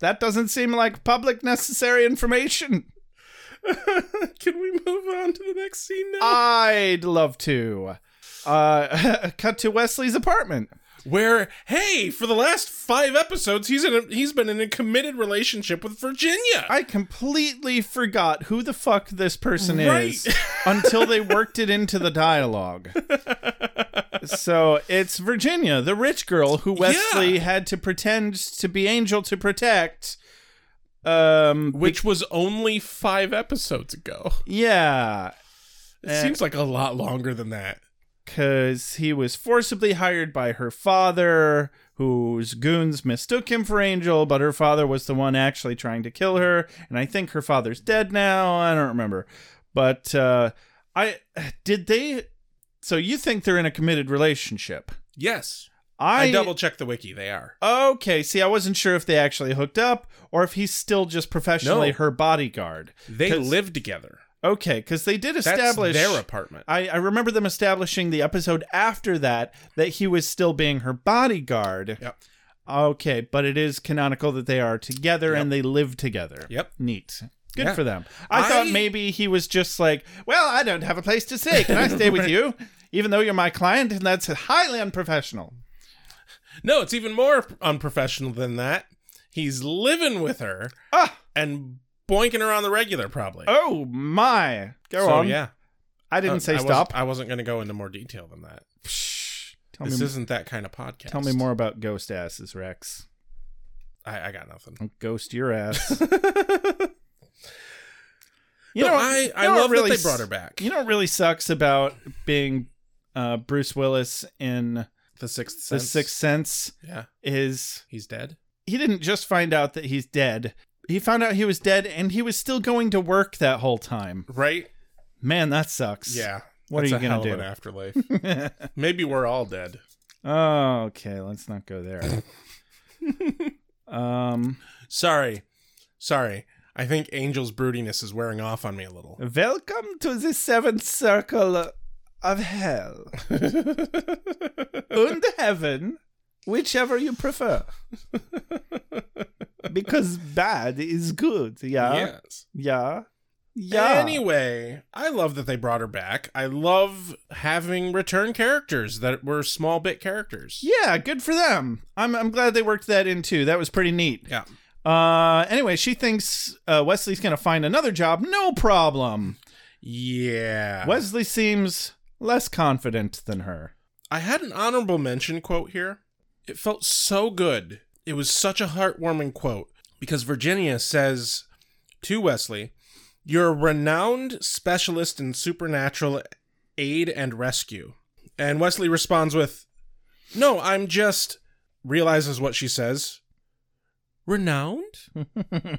Speaker 6: That doesn't seem like public necessary information.
Speaker 7: Can we move on to the next scene
Speaker 6: Uh,
Speaker 7: now?
Speaker 6: I'd love to. Uh, cut to Wesley's apartment.
Speaker 7: where hey for the last five episodes he's in a, he's been in a committed relationship with virginia
Speaker 6: I completely forgot who the fuck this person
Speaker 7: Right.
Speaker 6: is until they worked it into the dialogue. so it's Virginia, the rich girl who Wesley
Speaker 7: Yeah.
Speaker 6: had to pretend to be Angel to protect. Um,
Speaker 7: which was only five episodes ago
Speaker 6: yeah,
Speaker 7: it
Speaker 6: Eh.
Speaker 7: seems like a lot longer than that
Speaker 6: because he was forcibly hired by her father, whose goons mistook him for Angel, but her father was the one actually trying to kill her. And I think her father's dead now. I don't remember. But uh, I did they. So you think they're in a committed relationship?
Speaker 7: yes
Speaker 6: I,
Speaker 7: i, double checked the wiki they are
Speaker 6: Okay, see, I wasn't sure if they actually hooked up or if he's still just professionally
Speaker 7: No.
Speaker 6: her bodyguard.
Speaker 7: they
Speaker 6: 'Cause-
Speaker 7: live together
Speaker 6: Okay, because they did
Speaker 7: that's
Speaker 6: establish
Speaker 7: their apartment
Speaker 6: I, I remember them establishing the episode after that that he was still being her bodyguard.
Speaker 7: Yep.
Speaker 6: Okay, but it is canonical that they are together and they live together.
Speaker 7: Yep.
Speaker 6: Neat. Good
Speaker 7: Yeah.
Speaker 6: for them. I,
Speaker 7: I-
Speaker 6: thought maybe he was just like, well, I don't have a place to stay. Can I stay with you? Even though you're my client, and that's highly unprofessional.
Speaker 7: no it's even more unprofessional than that he's living with her
Speaker 6: Ah.
Speaker 7: and boinking her on the regular probably
Speaker 6: Oh my! Go
Speaker 7: so
Speaker 6: on.
Speaker 7: yeah Uh,
Speaker 6: I didn't say
Speaker 7: I wasn't-
Speaker 6: stop.
Speaker 7: i wasn't going to go into more detail than that
Speaker 6: Tell me,
Speaker 7: this isn't that kind of podcast
Speaker 6: tell me more about ghost asses, Rex.
Speaker 7: I, I got nothing
Speaker 6: Ghost your ass. you
Speaker 7: No,
Speaker 6: know,
Speaker 7: I-
Speaker 6: you
Speaker 7: I
Speaker 6: know what
Speaker 7: love that
Speaker 6: really
Speaker 7: they brought her
Speaker 6: s-
Speaker 7: back.
Speaker 6: You know what really sucks about being uh, Bruce Willis in
Speaker 7: The sixth
Speaker 6: The
Speaker 7: sense.
Speaker 6: Sixth Sense
Speaker 7: Yeah,
Speaker 6: is
Speaker 7: he's dead.
Speaker 6: he didn't just find out that he's dead. He found out he was dead and he was still going to work that whole time.
Speaker 7: Right?
Speaker 6: Man, that sucks.
Speaker 7: Yeah.
Speaker 6: What
Speaker 7: That's
Speaker 6: are
Speaker 7: a
Speaker 6: you
Speaker 7: hell
Speaker 6: going
Speaker 7: of
Speaker 6: to do?
Speaker 7: An afterlife. Maybe we're all dead.
Speaker 6: Oh, okay, let's not go there. um
Speaker 7: Sorry. Sorry. I think Angel's broodiness is wearing off on me a little.
Speaker 6: Welcome to the seventh circle of hell and heaven, whichever you prefer. Because bad is good, yeah,
Speaker 7: yes.
Speaker 6: yeah, yeah.
Speaker 7: Anyway, I love that they brought her back. I love having return characters that were small bit characters.
Speaker 6: yeah, good for them. I'm I'm glad they worked that in too. That was pretty neat.
Speaker 7: Yeah.
Speaker 6: Uh, anyway, she thinks uh, Wesley's gonna find another job, no problem.
Speaker 7: Yeah.
Speaker 6: Wesley seems less confident than her.
Speaker 7: I had an honorable mention quote here. It felt so good. It was such a heartwarming quote because Virginia says to Wesley, You're a renowned specialist in supernatural aid and rescue. And Wesley responds with, No, I'm just, realizes what she says, renowned?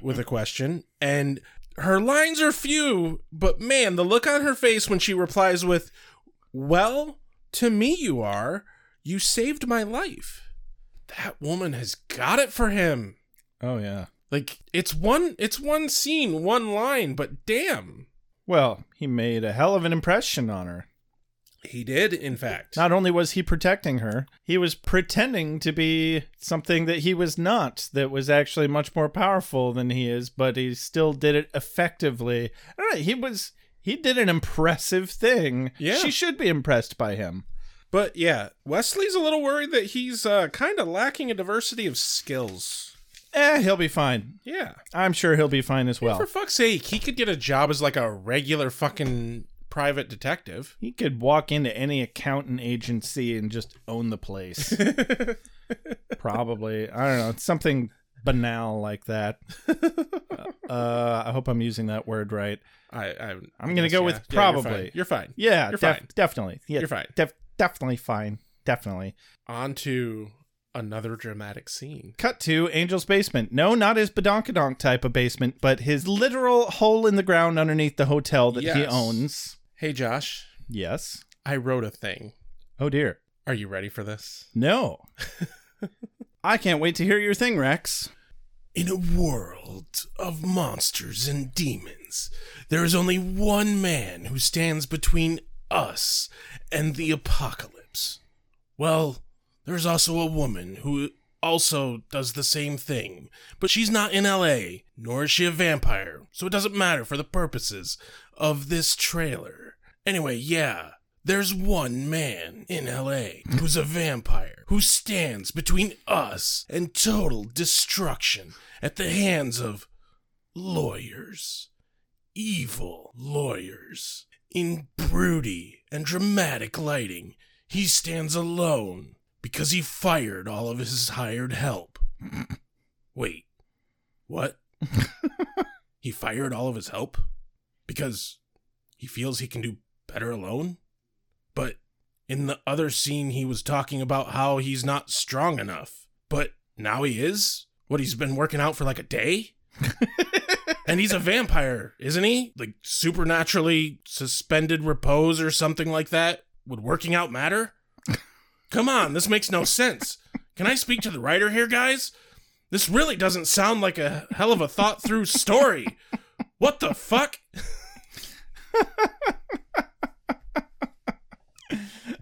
Speaker 7: with a question. And her lines are few, but man, the look on her face when she replies with, Well, to me, you are. You saved my life. That woman has got it for him.
Speaker 6: Oh yeah.
Speaker 7: Like it's one, it's one scene, one line, but damn,
Speaker 6: Well, he made a hell of an impression on her.
Speaker 7: he did. In fact,
Speaker 6: Not only was he protecting her, he was pretending to be something that he was not, that was actually much more powerful than he is, but he still did it effectively. I don't know, he was he did an impressive thing.
Speaker 7: Yeah.
Speaker 6: She should be impressed by him.
Speaker 7: But yeah, Wesley's a little worried that he's uh, kind of lacking a diversity of skills.
Speaker 6: Eh, he'll be fine.
Speaker 7: Yeah.
Speaker 6: I'm sure he'll be fine as well.
Speaker 7: For fuck's sake, he could get a job as like a regular fucking private detective.
Speaker 6: He could walk into any accountant agency and just own the place. Probably. I don't know. It's something banal like that. uh, I hope I'm using that word right.
Speaker 7: I, I
Speaker 6: I'm gonna
Speaker 7: yes,
Speaker 6: go
Speaker 7: yeah.
Speaker 6: with
Speaker 7: Yeah, you're fine.
Speaker 6: probably.
Speaker 7: You're fine.
Speaker 6: Yeah,
Speaker 7: You're
Speaker 6: def-
Speaker 7: fine.
Speaker 6: definitely. Yeah,
Speaker 7: You're fine.
Speaker 6: def- definitely fine. Definitely.
Speaker 7: On to another dramatic scene.
Speaker 6: Cut to Angel's basement. No, not his badonkadonk type of basement, but his literal hole in the ground underneath the hotel that he
Speaker 7: Yes.
Speaker 6: owns.
Speaker 7: Hey Josh,
Speaker 6: Yes.
Speaker 7: I wrote a thing.
Speaker 6: Oh dear.
Speaker 7: Are you ready for this?
Speaker 6: No. I can't wait to hear your thing, Rex.
Speaker 7: In a world of monsters and demons, there is only one man who stands between us and the apocalypse. Well, there's also a woman who also does the same thing, but she's not in LA, nor is she a vampire, so it doesn't matter for the purposes of this trailer. Anyway, yeah, there's one man in LA who's a vampire who stands between us and total destruction at the hands of lawyers. Evil lawyers. In broody and dramatic lighting, he stands alone because he fired all of his hired help. Wait, what? he fired all of his help? Because he feels he can do better alone? But in the other scene, he was talking about how he's not strong enough. But now he is? What, he's been working out for like a day? and he's a vampire, isn't he? Like supernaturally suspended repose or something like that? Would working out matter? Come on, this makes no sense. Can I speak to the writer here, guys? This really doesn't sound like a hell of a thought through story. What the fuck?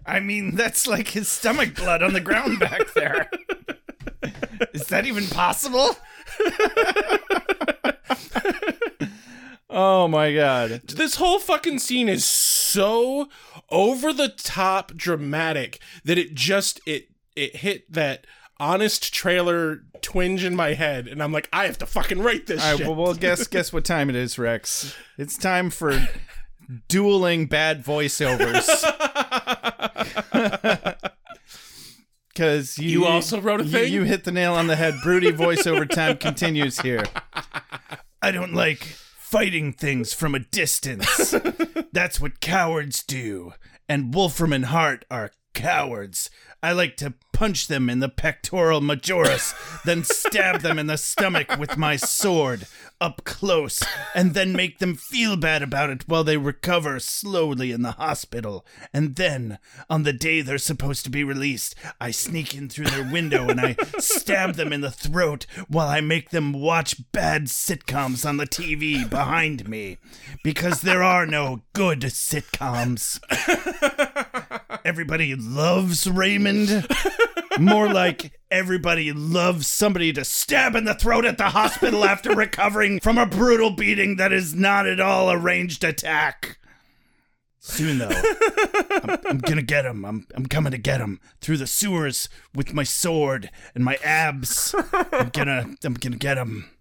Speaker 6: I mean, that's like his stomach blood on the ground back there. Is that even possible? oh my god.
Speaker 7: This whole fucking scene is so over the top dramatic that it just it it hit that honest trailer twinge in my head and I'm like I have to fucking write this
Speaker 6: All right,
Speaker 7: shit.
Speaker 6: well, well, guess guess what time it is, Rex. It's time for dueling bad voiceovers. Because you,
Speaker 7: You also wrote a
Speaker 6: you-
Speaker 7: thing?
Speaker 6: You, hit the nail on the head. Broody voiceover time continues here. I don't like fighting things from a distance. That's what cowards do. And Wolfram and Hart are cowards. I like to punch them in the pectoral majoris, then stab them in the stomach with my sword up close, and then make them feel bad about it while they recover slowly in the hospital. And then, on the day they're supposed to be released, I sneak in through their window and I stab them in the throat while I make them watch bad sitcoms on the TV behind me. Because there are no good sitcoms. Everybody loves Raymond. More like everybody loves somebody to stab in the throat at the hospital after recovering from a brutal beating that is not at all a ranged attack. Soon though, I'm, I'm gonna get him. I'm I'm coming to get him through the sewers with my sword and my abs. I'm gonna I'm gonna get him.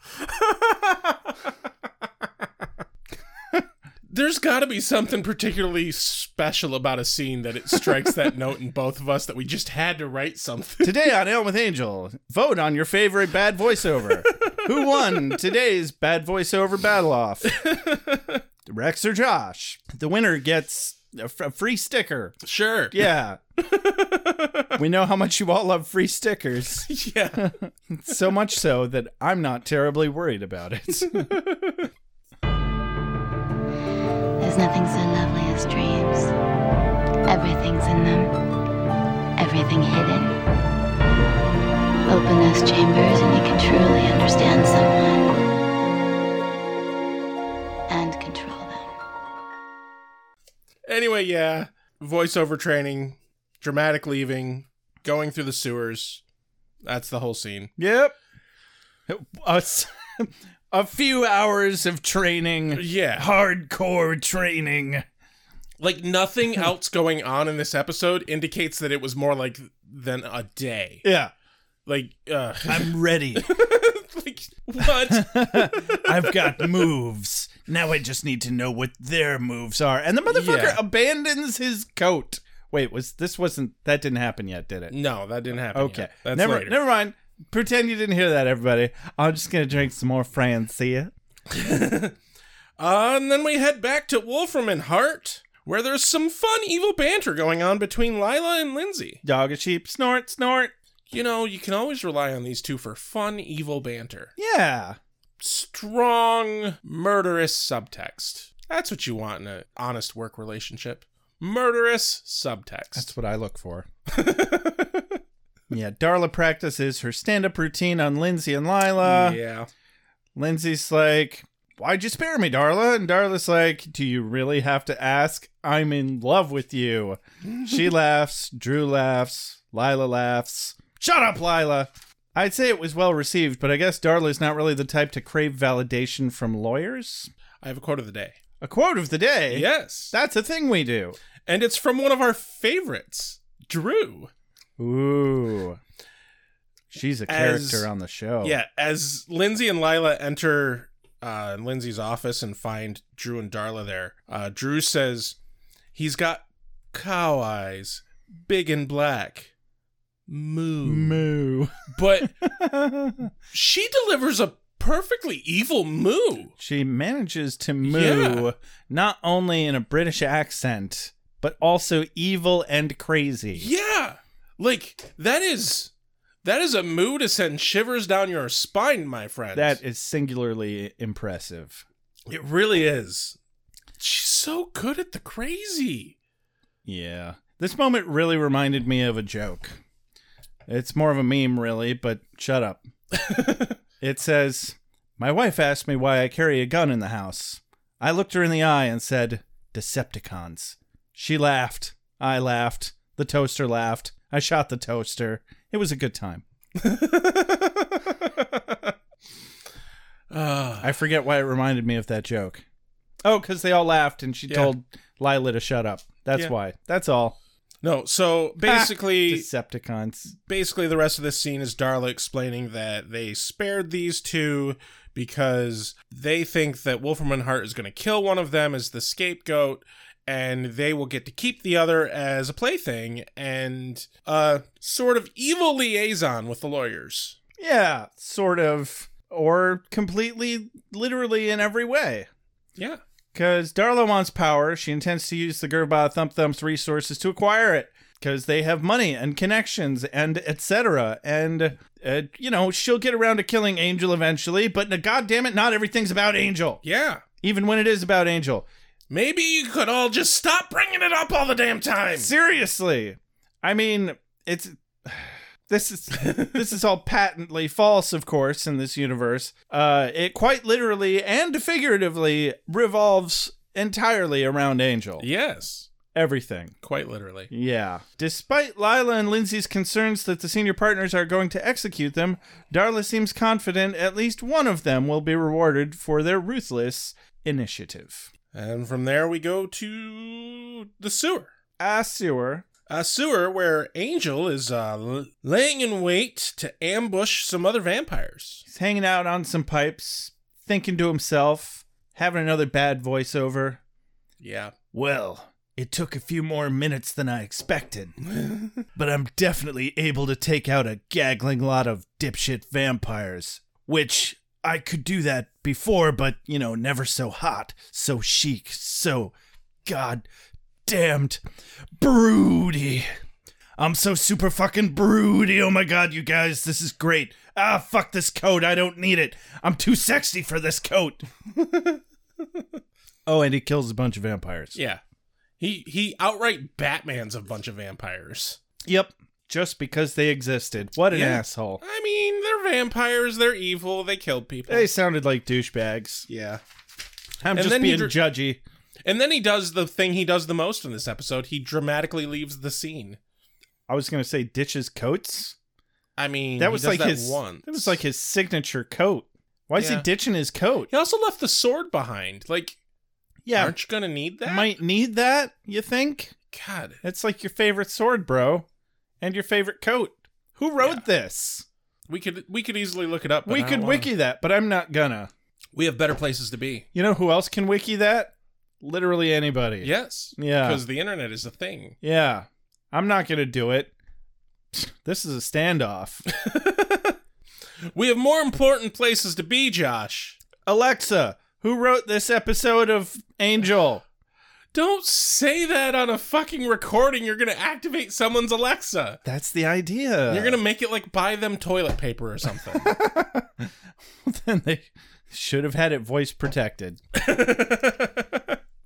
Speaker 7: There's got to be something particularly special about a scene that it strikes that note in both of us that we just had to write something.
Speaker 6: Today on Elm with Angel, vote on your favorite bad voiceover. Who won today's bad voiceover battle off? Rex or Josh? The winner gets a f- a free sticker.
Speaker 7: Sure.
Speaker 6: Yeah. we know how much you all love free stickers.
Speaker 7: Yeah.
Speaker 6: So much so that I'm not terribly worried about it.
Speaker 8: There's nothing so lovely as dreams. Everything's in them, everything hidden. Open those chambers and you can truly understand someone and control them.
Speaker 7: Anyway, yeah. Voiceover training, dramatic leaving, going through the sewers. That's the whole scene.
Speaker 6: yep. A, s- a few hours of training.
Speaker 7: Yeah.
Speaker 6: Hardcore training.
Speaker 7: Like nothing else going on in this episode indicates that it was more like than a day.
Speaker 6: Yeah.
Speaker 7: Like, uh,
Speaker 6: I'm ready.
Speaker 7: like what?
Speaker 6: I've got moves. Now I just need to know what their moves are. And the motherfucker
Speaker 7: Yeah.
Speaker 6: abandons his coat. Wait, was this wasn't that didn't happen yet, did it?
Speaker 7: no, that didn't happen.
Speaker 6: Okay.
Speaker 7: yet. that's
Speaker 6: never
Speaker 7: later.
Speaker 6: never mind. Pretend you didn't hear that, everybody. I'm just gonna drink some more Francia.
Speaker 7: Uh, and then we head back to Wolfram and Hart, where there's some fun evil banter going on between Lila and Lindsay.
Speaker 6: Dog a sheep, snort, snort.
Speaker 7: You know, you can always rely on these two for fun evil banter.
Speaker 6: Yeah.
Speaker 7: Strong, murderous subtext. That's what you want in an honest work relationship. Murderous subtext.
Speaker 6: That's what I look for. yeah, Darla practices her stand up routine on Lindsay and Lila.
Speaker 7: yeah.
Speaker 6: Lindsay's like, Why'd you spare me, Darla? And Darla's like, Do you really have to ask? I'm in love with you. she laughs. Drew laughs. Lila laughs. Shut up, Lila. I'd say it was well received, but I guess Darla's not really the type to crave validation from lawyers.
Speaker 7: I have a quote of the day.
Speaker 6: A quote of the day.
Speaker 7: Yes.
Speaker 6: That's a thing we do.
Speaker 7: and it's from one of our favorites, Drew.
Speaker 6: Ooh. She's a
Speaker 7: As-
Speaker 6: character on the show.
Speaker 7: Yeah, as Lindsay and Lila enter uh, Lindsay's office and find Drew and Darla there, uh, Drew says he's got cow eyes, big and black. Moo.
Speaker 6: Moo.
Speaker 7: But she delivers a perfectly evil moo.
Speaker 6: She manages to moo
Speaker 7: Yeah.
Speaker 6: not only in a British accent, but also evil and crazy.
Speaker 7: Yeah. Like that is that is a moo to send shivers down your spine, my friend.
Speaker 6: That is singularly impressive.
Speaker 7: it really is. She's so good at the crazy.
Speaker 6: Yeah. This moment really reminded me of a joke. It's more of a meme, really, but shut up. it says, My wife asked me why I carry a gun in the house. I looked her in the eye and said, Decepticons. She laughed. I laughed. The toaster laughed. I shot the toaster. It was a good time.
Speaker 7: Uh,
Speaker 6: I forget why it reminded me of that joke. Oh, because they all laughed and she
Speaker 7: Yeah.
Speaker 6: told Lila to shut up. That's
Speaker 7: Yeah.
Speaker 6: why. That's all.
Speaker 7: No, so basically,
Speaker 6: Decepticons.
Speaker 7: basically the rest of this scene is Darla explaining that they spared these two because they think that Wolfram and Hart is going to kill one of them as the scapegoat, and they will get to keep the other as a plaything and a sort of evil liaison with the lawyers.
Speaker 6: Yeah, sort of. Or completely, literally in every way.
Speaker 7: Yeah,
Speaker 6: Because Darla wants power. She intends to use the Gerba Thump Thump's resources to acquire it. Because they have money and connections and etc. And, uh, you know, she'll get around to killing Angel eventually, but goddamn it, not everything's about Angel.
Speaker 7: yeah.
Speaker 6: Even when it is about Angel.
Speaker 7: Maybe you could all just stop bringing it up all the damn time.
Speaker 6: Seriously. I mean, it's this is this is all patently false, of course, in this universe. Uh it quite literally and figuratively revolves entirely around Angel.
Speaker 7: Yes,
Speaker 6: Everything.
Speaker 7: quite literally.
Speaker 6: Yeah. Despite Lila and Lindsay's concerns that the senior partners are going to execute them, Darla seems confident at least one of them will be rewarded for their ruthless initiative.
Speaker 7: And from there we go to the sewer.
Speaker 6: Asur
Speaker 7: a sewer where Angel is uh, l- laying in wait to ambush some other vampires.
Speaker 6: He's hanging out on some pipes, thinking to himself, having another bad voiceover.
Speaker 7: Yeah.
Speaker 6: Well, it took a few more minutes than I expected, but I'm definitely able to take out a gaggling lot of dipshit vampires, which I could do that before, but, you know, never so hot, so chic, so god damned broody. I'm so super fucking broody. Oh my god, you guys, this is great. Ah, fuck this coat. I don't need it. I'm too sexy for this coat. oh, and he kills a bunch of vampires.
Speaker 7: Yeah. He he outright Batman's a bunch of vampires.
Speaker 6: Yep. Just because they existed. What an
Speaker 7: Yeah.
Speaker 6: asshole.
Speaker 7: I mean, they're vampires, they're evil, they kill people.
Speaker 6: They sounded like douchebags.
Speaker 7: yeah.
Speaker 6: I'm
Speaker 7: And
Speaker 6: just
Speaker 7: then he
Speaker 6: being
Speaker 7: dr-
Speaker 6: judgy.
Speaker 7: And then he does the thing he does the most in this episode. He dramatically leaves the scene.
Speaker 6: I was gonna say ditches coats.
Speaker 7: I mean,
Speaker 6: That
Speaker 7: he
Speaker 6: was
Speaker 7: does
Speaker 6: like
Speaker 7: that
Speaker 6: his
Speaker 7: once.
Speaker 6: that was like his signature coat. Why is
Speaker 7: Yeah.
Speaker 6: he ditching his coat?
Speaker 7: He also left the sword behind. Like
Speaker 6: Yeah.
Speaker 7: Aren't you gonna need that?
Speaker 6: Might need that, you think?
Speaker 7: God,
Speaker 6: It's like your favorite sword, bro, and your favorite coat. Who wrote this?
Speaker 7: we could we could easily look it up. but
Speaker 6: we
Speaker 7: I
Speaker 6: could
Speaker 7: don't wanna.
Speaker 6: wiki that, but I'm not gonna.
Speaker 7: We have better places to be.
Speaker 6: You know who else can wiki that? Literally anybody.
Speaker 7: Yes.
Speaker 6: Yeah.
Speaker 7: Because the internet is a thing.
Speaker 6: Yeah. I'm not gonna do it. This is a standoff.
Speaker 7: We have more important places to be, Josh.
Speaker 6: Alexa, who wrote this episode of Angel?
Speaker 7: Don't say that on a fucking recording. You're gonna activate someone's Alexa.
Speaker 6: That's the idea.
Speaker 7: You're gonna make it like buy them toilet paper or something.
Speaker 6: then they should have had it voice protected.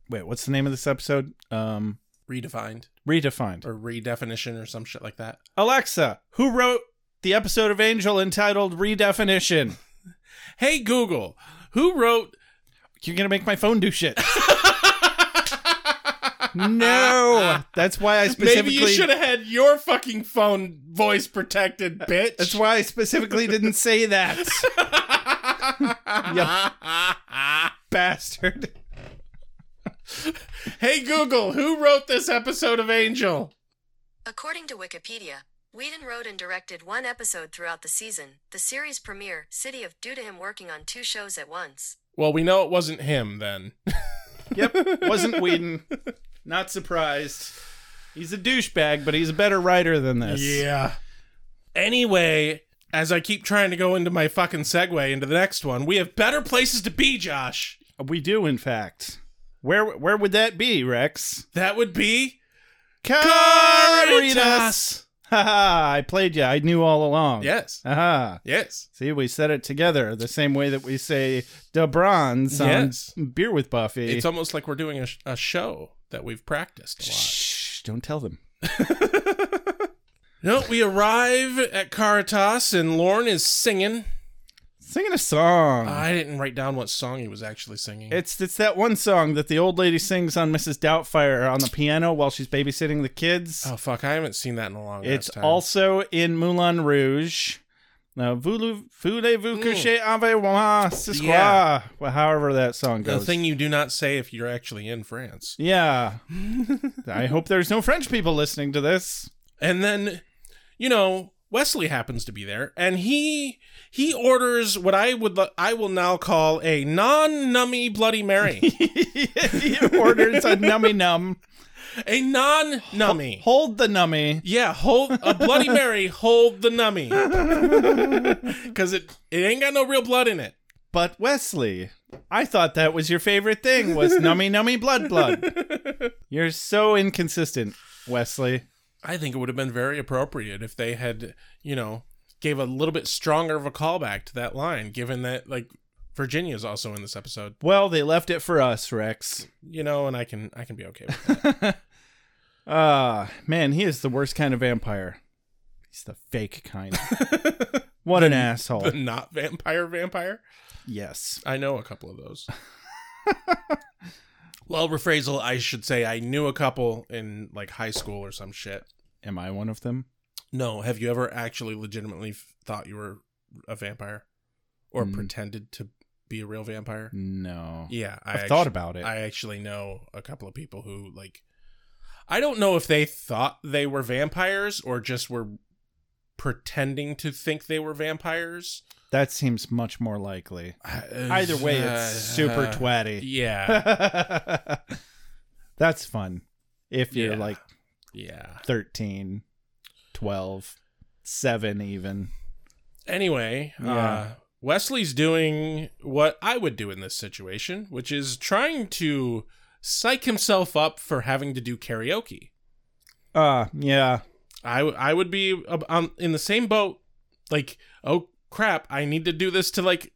Speaker 6: Wait, what's the name of this episode? Um,
Speaker 7: Redefined
Speaker 6: redefined.
Speaker 7: or redefinition or some shit like that.
Speaker 6: Alexa, who wrote the episode of Angel entitled Redefinition?
Speaker 7: Hey Google, who wrote
Speaker 6: You're gonna make my phone do shit. no, that's why I
Speaker 7: Maybe
Speaker 6: specifically.
Speaker 7: you should have had your fucking phone voice protected, bitch.
Speaker 6: That's why I specifically didn't say that. you bastard.
Speaker 7: Hey Google, who wrote this episode of Angel?
Speaker 9: According to Wikipedia, Whedon wrote and directed one episode throughout the season, the series premiere, City of, due to him working on two shows at once.
Speaker 7: Well, we know it wasn't him then.
Speaker 6: Yep, wasn't Whedon. Not surprised. He's a douchebag, but he's a better writer than this.
Speaker 7: Yeah. Anyway, as I keep trying to go into my fucking segue into the next one, we have better places to be, Josh.
Speaker 6: we do, in fact. Where where would that be, Rex?
Speaker 7: That would be
Speaker 6: Caritas. Haha, I played you. I knew all along.
Speaker 7: Yes.
Speaker 6: Aha.
Speaker 7: Yes.
Speaker 6: See, we said it together the same way that we say de bronze on
Speaker 7: Yes.
Speaker 6: beer with Buffy.
Speaker 7: It's almost like we're doing a, sh- a show that we've practiced a lot.
Speaker 6: Shh, don't tell them.
Speaker 7: No, we arrive at Caritas and Lorne is singing.
Speaker 6: Singing a song.
Speaker 7: I didn't write down what song he was actually singing.
Speaker 6: Uh-huh. It's it's that one song that the old lady sings on Mrs. Doubtfire on the piano while she's babysitting the kids.
Speaker 7: oh fuck, I haven't seen that in a long
Speaker 6: it's
Speaker 7: time.
Speaker 6: also in Moulin Rouge. Now, voulez-vous coucher avec moi ce soir?
Speaker 7: Mm. Yeah.
Speaker 6: Well, however that song
Speaker 7: the
Speaker 6: goes.
Speaker 7: thing you do not say if you're actually in France.
Speaker 6: yeah. I hope there's no French people listening to this.
Speaker 7: And then, you know, Wesley happens to be there, and he he orders what I would lo- I will now call a non-nummy Bloody Mary,
Speaker 6: he orders a nummy num.
Speaker 7: a non-nummy.
Speaker 6: Hold the nummy.
Speaker 7: Yeah, hold a Bloody Mary, hold the nummy, because it it ain't got no real blood in it.
Speaker 6: But Wesley, I thought that was your favorite thing was nummy nummy blood blood. You're so inconsistent, Wesley.
Speaker 7: I think it would have been very appropriate if they had, you know, gave a little bit stronger of a callback to that line, given that like Virginia's also in this episode,
Speaker 6: Well, they left it for us, Rex.
Speaker 7: you know, and I can I can be okay with that.
Speaker 6: Ah, man, he is the worst kind of vampire. He's the fake kind. what an asshole.
Speaker 7: the not vampire vampire.
Speaker 6: yes.
Speaker 7: I know a couple of those. well, rephrasal, I should say I knew a couple in like high school or some shit.
Speaker 6: Am I one of them?
Speaker 7: No, have you ever actually legitimately f- thought you were a vampire or
Speaker 6: Mm.
Speaker 7: pretended to be a real vampire?
Speaker 6: No.
Speaker 7: Yeah, I
Speaker 6: I've thought
Speaker 7: actu-
Speaker 6: about it.
Speaker 7: I actually know a couple of people who like I don't know if they thought they were vampires or just were pretending to think they were vampires.
Speaker 6: That seems much more likely. Either way, it's super twatty.
Speaker 7: Yeah.
Speaker 6: That's fun. If you're
Speaker 7: Yeah.
Speaker 6: like
Speaker 7: Yeah.
Speaker 6: 13, 12, 7 even.
Speaker 7: Anyway, uh,
Speaker 6: Yeah.
Speaker 7: Wesley's doing what I would do in this situation, which is trying to psych himself up for having to do karaoke.
Speaker 6: Uh, yeah.
Speaker 7: I, w- I would be ab- um, in the same boat. Like, oh crap, I need to do this to like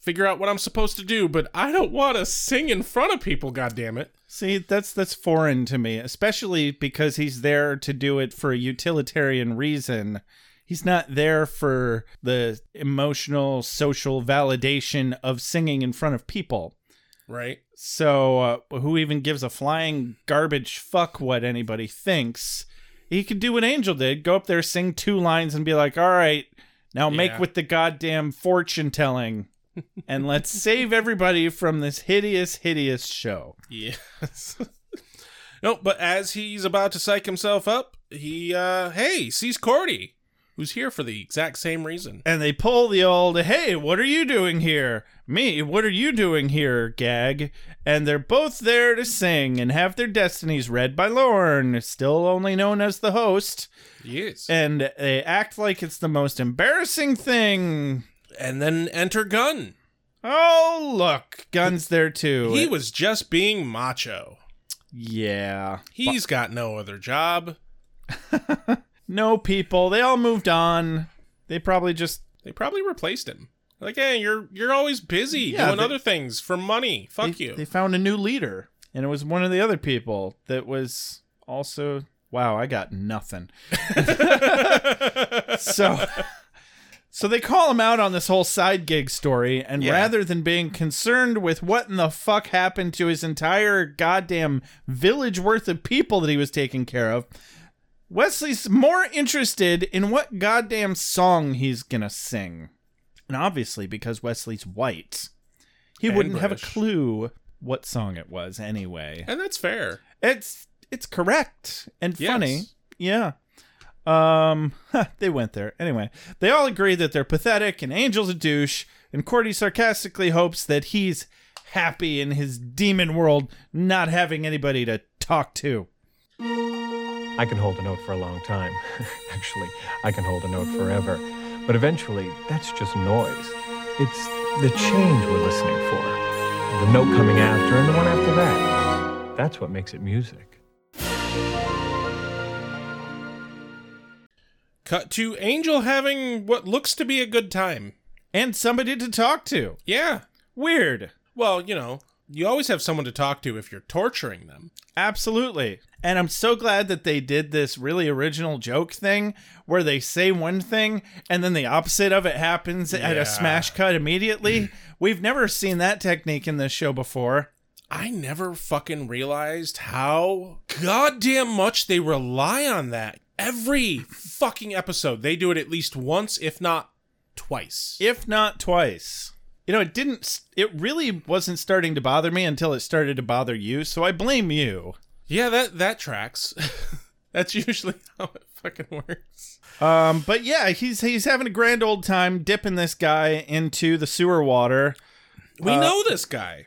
Speaker 7: figure out what I'm supposed to do, but I don't want to sing in front of people. God damn it!
Speaker 6: See, that's that's foreign to me, especially because he's there to do it for a utilitarian reason. He's not there for the emotional, social validation of singing in front of people.
Speaker 7: Right?
Speaker 6: So, uh, who even gives a flying garbage fuck what anybody thinks? He could do what Angel did go up there, sing two lines, and be like, all right, now make
Speaker 7: Yeah.
Speaker 6: with the goddamn fortune telling. and let's save everybody from this hideous, hideous show.
Speaker 7: Yes. no, but as he's about to psych himself up, he uh hey, sees Cordy, who's here for the exact same reason.
Speaker 6: And they pull the old, hey, what are you doing here? Me, what are you doing here? gag. And they're both there to sing and have their destinies read by Lorne, still only known as the host.
Speaker 7: Yes. And,
Speaker 6: And they act like it's the most embarrassing thing.
Speaker 7: then enter Gun.
Speaker 6: Oh, look, Gun's there too.
Speaker 7: He was just being macho.
Speaker 6: Yeah.
Speaker 7: He's got no other job.
Speaker 6: No people. They all moved on. They probably just
Speaker 7: They probably replaced him. Like, hey, you're you're always busy
Speaker 6: Yeah,
Speaker 7: doing
Speaker 6: they-
Speaker 7: other things for money. Fuck
Speaker 6: they,
Speaker 7: you.
Speaker 6: They found a new leader, and it was one of the other people that was also. Wow, I got nothing. so, so they call him out on this whole side gig story, and
Speaker 7: Yeah.
Speaker 6: rather than being concerned with what in the fuck happened to his entire goddamn village worth of people that he was taking care of, Wesley's more interested in what goddamn song he's gonna sing, and obviously because Wesley's white, he
Speaker 7: And
Speaker 6: wouldn't have a
Speaker 7: British.
Speaker 6: clue what song it was anyway.
Speaker 7: and that's fair.
Speaker 6: It's it's correct and
Speaker 7: Yes.
Speaker 6: funny. Yeah. Um they went there. Anyway, they all agree that they're pathetic and Angel's a douche, and Cordy sarcastically hopes that he's happy in his demon world not having anybody to talk to.
Speaker 10: I can hold a note for a long time. Actually, I can hold a note forever. But eventually, that's just noise. It's the change we're listening for. The note coming after and the one after that. That's what makes it music.
Speaker 7: Cut to Angel having what looks to be a good time.
Speaker 6: And somebody to talk to.
Speaker 7: Yeah.
Speaker 6: Weird.
Speaker 7: Well, you know, you always have someone to talk to if you're torturing them.
Speaker 6: Absolutely. And I'm so glad that they did this really original joke thing where they say one thing and then the opposite of it happens at
Speaker 7: Yeah.
Speaker 6: a smash cut immediately. We've never seen that technique in this show before.
Speaker 7: I never fucking realized how goddamn much they rely on that. Every fucking episode, they do it at least once, if not twice.
Speaker 6: if not twice. You know, it didn't, it really wasn't starting to bother me until it started to bother you. So I blame you.
Speaker 7: Yeah, that that tracks. That's usually how it fucking works.
Speaker 6: Um, but yeah, he's, he's having a grand old time dipping this guy into the sewer water.
Speaker 7: We know this guy.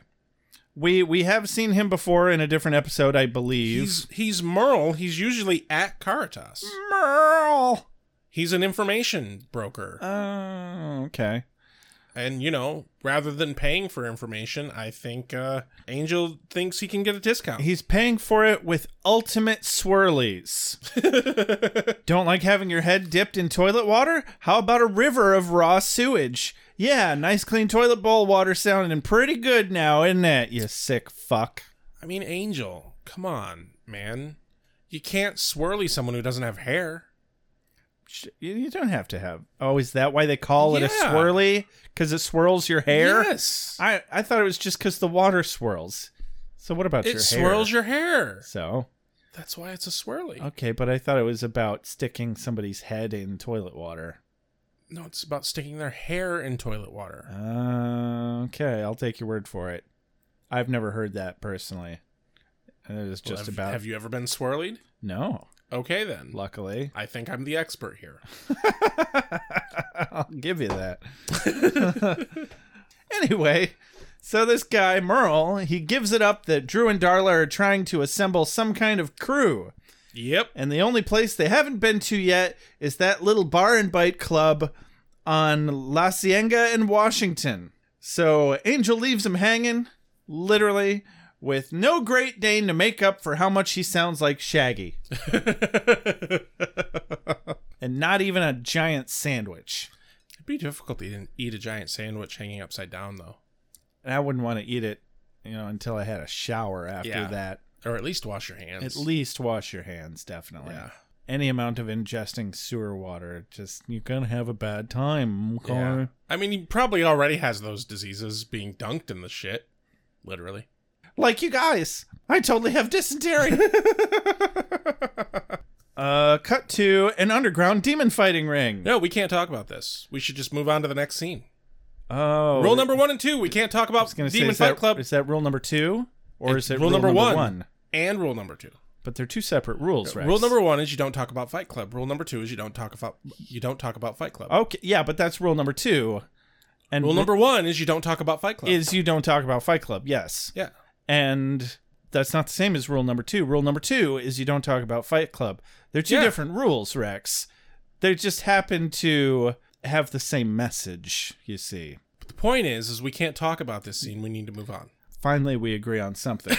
Speaker 6: We, we have seen him before in a different episode, I believe.
Speaker 7: He's he's Merle. He's usually at Caritas.
Speaker 6: Merle.
Speaker 7: He's an information broker.
Speaker 6: Oh, okay.
Speaker 7: And you know, rather than paying for information, I think uh Angel thinks he can get a discount.
Speaker 6: He's paying for it with ultimate swirlies. Don't like having your head dipped in toilet water? How about a river of raw sewage? Yeah, nice clean toilet bowl water sounding pretty good now, isn't it, you sick fuck?
Speaker 7: I mean, Angel, come on, man. You can't swirly someone who doesn't have hair.
Speaker 6: Sh- You you don't have to have. Oh, is that why they call it a
Speaker 7: Yeah.
Speaker 6: swirly? Because it swirls your hair?
Speaker 7: Yes.
Speaker 6: I, I thought it was just because the water swirls. So, what about
Speaker 7: it
Speaker 6: your hair?
Speaker 7: swirls your hair.
Speaker 6: So,
Speaker 7: That's why it's a swirly.
Speaker 6: Okay, but I thought it was about sticking somebody's head in toilet water.
Speaker 7: No, it's about sticking their hair in toilet water.
Speaker 6: Uh, okay, I'll take your word for it. I've never heard that personally. And it is
Speaker 7: Well,
Speaker 6: just
Speaker 7: have,
Speaker 6: about
Speaker 7: Have you ever been swirlied?
Speaker 6: no.
Speaker 7: Okay, then.
Speaker 6: Luckily,
Speaker 7: I think I'm the expert here.
Speaker 6: I'll give you that. anyway, so this guy Merle, he gives it up that Drew and Darla are trying to assemble some kind of crew.
Speaker 7: Yep.
Speaker 6: and the only place they haven't been to yet is that little bar and bite club on La Cienega in Washington. So Angel leaves him hanging, literally, with no Great Dane to make up for how much he sounds like Shaggy, and not even a giant sandwich.
Speaker 7: It'd be difficult to eat- eat a giant sandwich hanging upside down, though.
Speaker 6: And I wouldn't want to eat it, you know, until I had a shower after
Speaker 7: Yeah.
Speaker 6: that.
Speaker 7: Or at least wash your hands.
Speaker 6: At least wash your hands, definitely.
Speaker 7: Yeah.
Speaker 6: Any amount of ingesting sewer water, just you're gonna have a bad time. okay?
Speaker 7: Yeah. I mean, he probably already has those diseases being dunked in the shit. Literally.
Speaker 6: like you guys. I totally have dysentery. uh, cut to an underground demon fighting ring.
Speaker 7: No, we can't talk about this. We should just move on to the next scene.
Speaker 6: Oh,
Speaker 7: Rule number one and two. We can't talk about
Speaker 6: I was gonna say,
Speaker 7: Demon
Speaker 6: is that-
Speaker 7: Fight Club
Speaker 6: Is that rule number two, or is it
Speaker 7: rule number one. and rule number two.
Speaker 6: But they're two separate rules, right?
Speaker 7: Rule number one is you don't talk about Fight Club. Rule number two is you don't talk about you don't talk about Fight Club.
Speaker 6: Okay, yeah, but that's rule number two. And
Speaker 7: Rule number one is you don't talk about Fight Club.
Speaker 6: is you don't talk about Fight Club. Yes,
Speaker 7: yeah.
Speaker 6: and that's not the same as rule number two. Rule number two is you don't talk about Fight Club. They're two
Speaker 7: Yeah.
Speaker 6: different rules, Rex. They just happen to have the same message. You see,
Speaker 7: The point is, is we can't talk about this scene. We need to move on.
Speaker 6: finally we agree on something.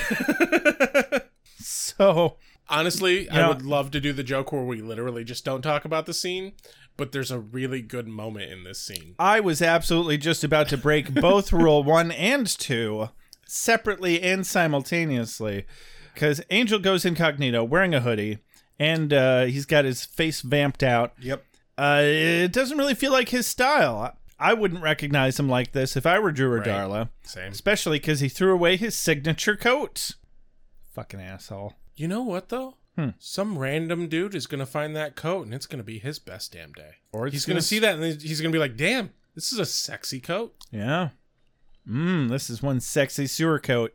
Speaker 6: so
Speaker 7: Honestly, I
Speaker 6: know-
Speaker 7: would love to do the joke where we literally just don't talk about the scene, but there's a really good moment in this scene.
Speaker 6: I was absolutely just about to break both rule one and two separately and simultaneously because Angel goes incognito wearing a hoodie and uh, he's got his face vamped out.
Speaker 7: Yep.
Speaker 6: Uh, it doesn't really feel like his style. I wouldn't recognize him like this if I were Drew or
Speaker 7: Right.
Speaker 6: Darla,
Speaker 7: Same.
Speaker 6: especially because he threw away his signature coat. Fucking asshole.
Speaker 7: You know what though?
Speaker 6: Hmm.
Speaker 7: Some random dude is gonna find that coat, and it's gonna be his best damn day.
Speaker 6: Or it's
Speaker 7: he's gonna,
Speaker 6: gonna-
Speaker 7: see that, and he's gonna be like, "Damn, this is a sexy coat."
Speaker 6: Yeah. Mmm, this is one sexy sewer coat.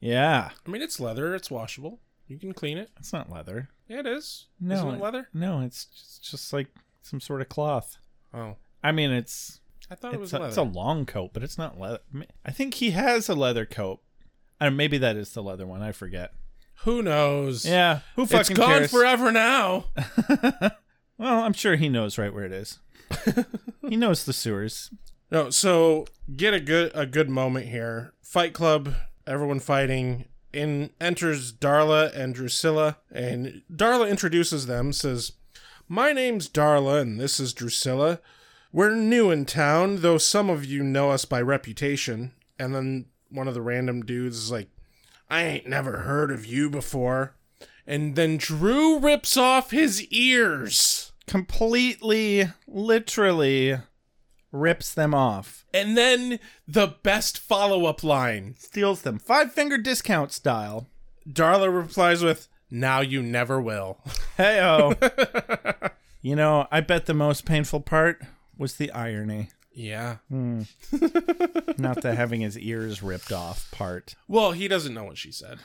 Speaker 6: Yeah.
Speaker 7: I mean, it's leather. It's washable. You can clean it.
Speaker 6: It's not leather.
Speaker 7: Yeah, it is.
Speaker 6: No,
Speaker 7: Isn't it leather?
Speaker 6: No, it's just, just like some sort of cloth.
Speaker 7: Oh,
Speaker 6: I mean, it's
Speaker 7: I thought it
Speaker 6: it's
Speaker 7: was
Speaker 6: a,
Speaker 7: leather.
Speaker 6: it's a long coat, but it's not leather. I think he has a leather coat, and maybe that is the leather one. I forget.
Speaker 7: Who knows?
Speaker 6: Yeah, who
Speaker 7: it's
Speaker 6: fucking
Speaker 7: gone
Speaker 6: cares?
Speaker 7: forever now.
Speaker 6: Well, I'm sure he knows right where it is. he knows the sewers.
Speaker 7: No, so get a good a good moment here. Fight Club, everyone fighting. In enters Darla and Drusilla, and Darla introduces them. Says, "My name's Darla, and this is Drusilla. We're new in town, though some of you know us by reputation." And then one of the random dudes is like, "I ain't never heard of you before." And then Drew rips off his ears.
Speaker 6: Completely, literally, rips them off,
Speaker 7: And then the best follow up line
Speaker 6: steals them, five finger discount style.
Speaker 7: Darla replies with, Now you never will.
Speaker 6: Hey oh. you know, I bet the most painful part was the irony.
Speaker 7: Yeah.
Speaker 6: not the having his ears ripped off part.
Speaker 7: Well, he doesn't know what she said.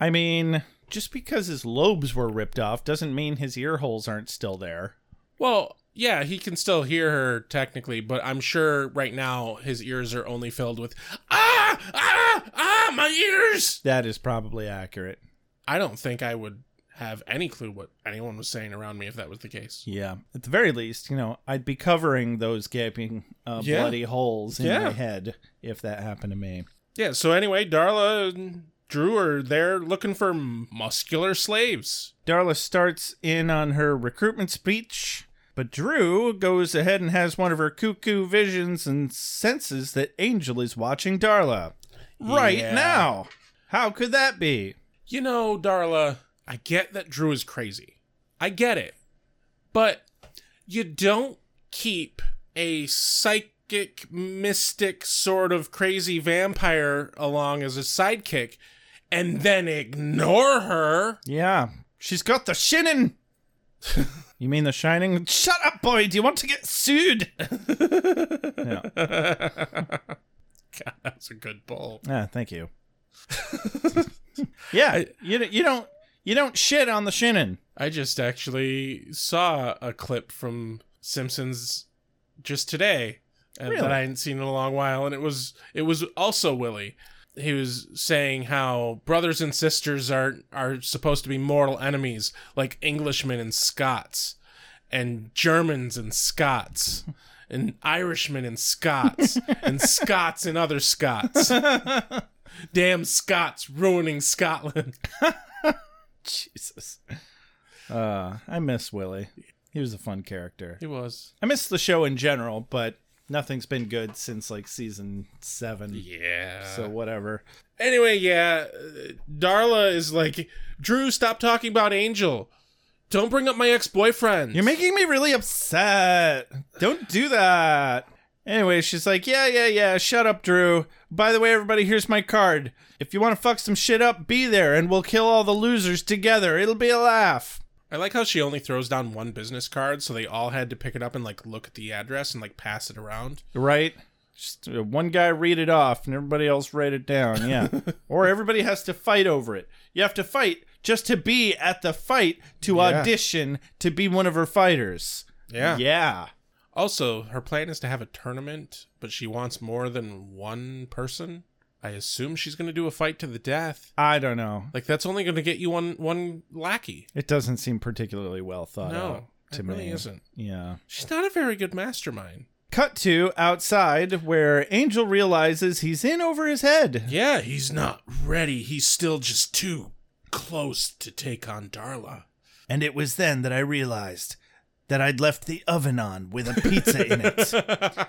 Speaker 6: I mean, just because his lobes were ripped off doesn't mean his ear holes aren't still there.
Speaker 7: Well, yeah, he can still hear her technically, but I'm sure right now his ears are only filled with, Ah, ah, ah, my ears.
Speaker 6: That is probably accurate.
Speaker 7: I don't think I would have any clue what anyone was saying around me if that was the case.
Speaker 6: Yeah. At the very least, you know, I'd be covering those gaping uh,
Speaker 7: Yeah.
Speaker 6: bloody holes in
Speaker 7: Yeah.
Speaker 6: my head if that happened to me.
Speaker 7: Yeah, so anyway, Darla and Drew are there looking for muscular slaves.
Speaker 6: Darla starts in on her recruitment speech, but Drew goes ahead and has one of her cuckoo visions and senses that Angel is watching Darla right
Speaker 7: Yeah.
Speaker 6: now. How could that be?
Speaker 7: You know, Darla, I get that Drew is crazy. I get it. But you don't keep a psychic, mystic sort of crazy vampire along as a sidekick and then ignore her.
Speaker 6: Yeah, she's got the shinin. you mean the shining? Shut up, boy. Do you want to get sued? yeah.
Speaker 7: God, that's a good bull.
Speaker 6: Ah, thank you. yeah, you don't- you don't you don't shit on the shinin.
Speaker 7: I just actually saw a clip from Simpsons just today uh, that
Speaker 6: Really?
Speaker 7: I hadn't seen in a long while, and it was it was also Willie. He was saying how brothers and sisters are are supposed to be mortal enemies, like Englishmen and Scots, and Germans and Scots, and Irishmen and Scots, and Scots and other Scots. Damn Scots ruining Scotland.
Speaker 6: Jesus. Uh, I miss Willie. He was a fun character.
Speaker 7: He was.
Speaker 6: I miss the show in general, but nothing's been good since like season seven.
Speaker 7: Yeah.
Speaker 6: So whatever.
Speaker 7: Anyway, yeah, uh, Darla is like, Drew, stop talking about Angel. Don't bring up my ex boyfriend.
Speaker 6: You're making me really upset. Don't do that. Anyway, she's like, yeah, yeah, yeah, shut up, Drew. By the way, everybody, here's my card. If you want to fuck some shit up, be there, and we'll kill all the losers together. It'll be a laugh.
Speaker 7: I like how she only throws down one business card, so they all had to pick it up and like look at the address and like pass it around.
Speaker 6: right? Just uh, one guy read it off and everybody else write it down. Yeah. or everybody has to fight over it. You have to fight just to be at the fight to audition to be one of her fighters.
Speaker 7: Yeah.
Speaker 6: Yeah.
Speaker 7: Also, her plan is to have a tournament, but she wants more than one person. I assume she's going to do a fight to the death.
Speaker 6: I don't know.
Speaker 7: Like that's only going to get you one one lackey.
Speaker 6: It doesn't seem particularly well thought out
Speaker 7: No,
Speaker 6: to
Speaker 7: it
Speaker 6: me.
Speaker 7: really isn't.
Speaker 6: Yeah.
Speaker 7: She's not a very good mastermind.
Speaker 6: Cut to outside where Angel realizes he's in over his head.
Speaker 7: Yeah, he's not ready. He's still just too close to take on Darla.
Speaker 6: And it was then that I realized that I'd left the oven on with a pizza in it.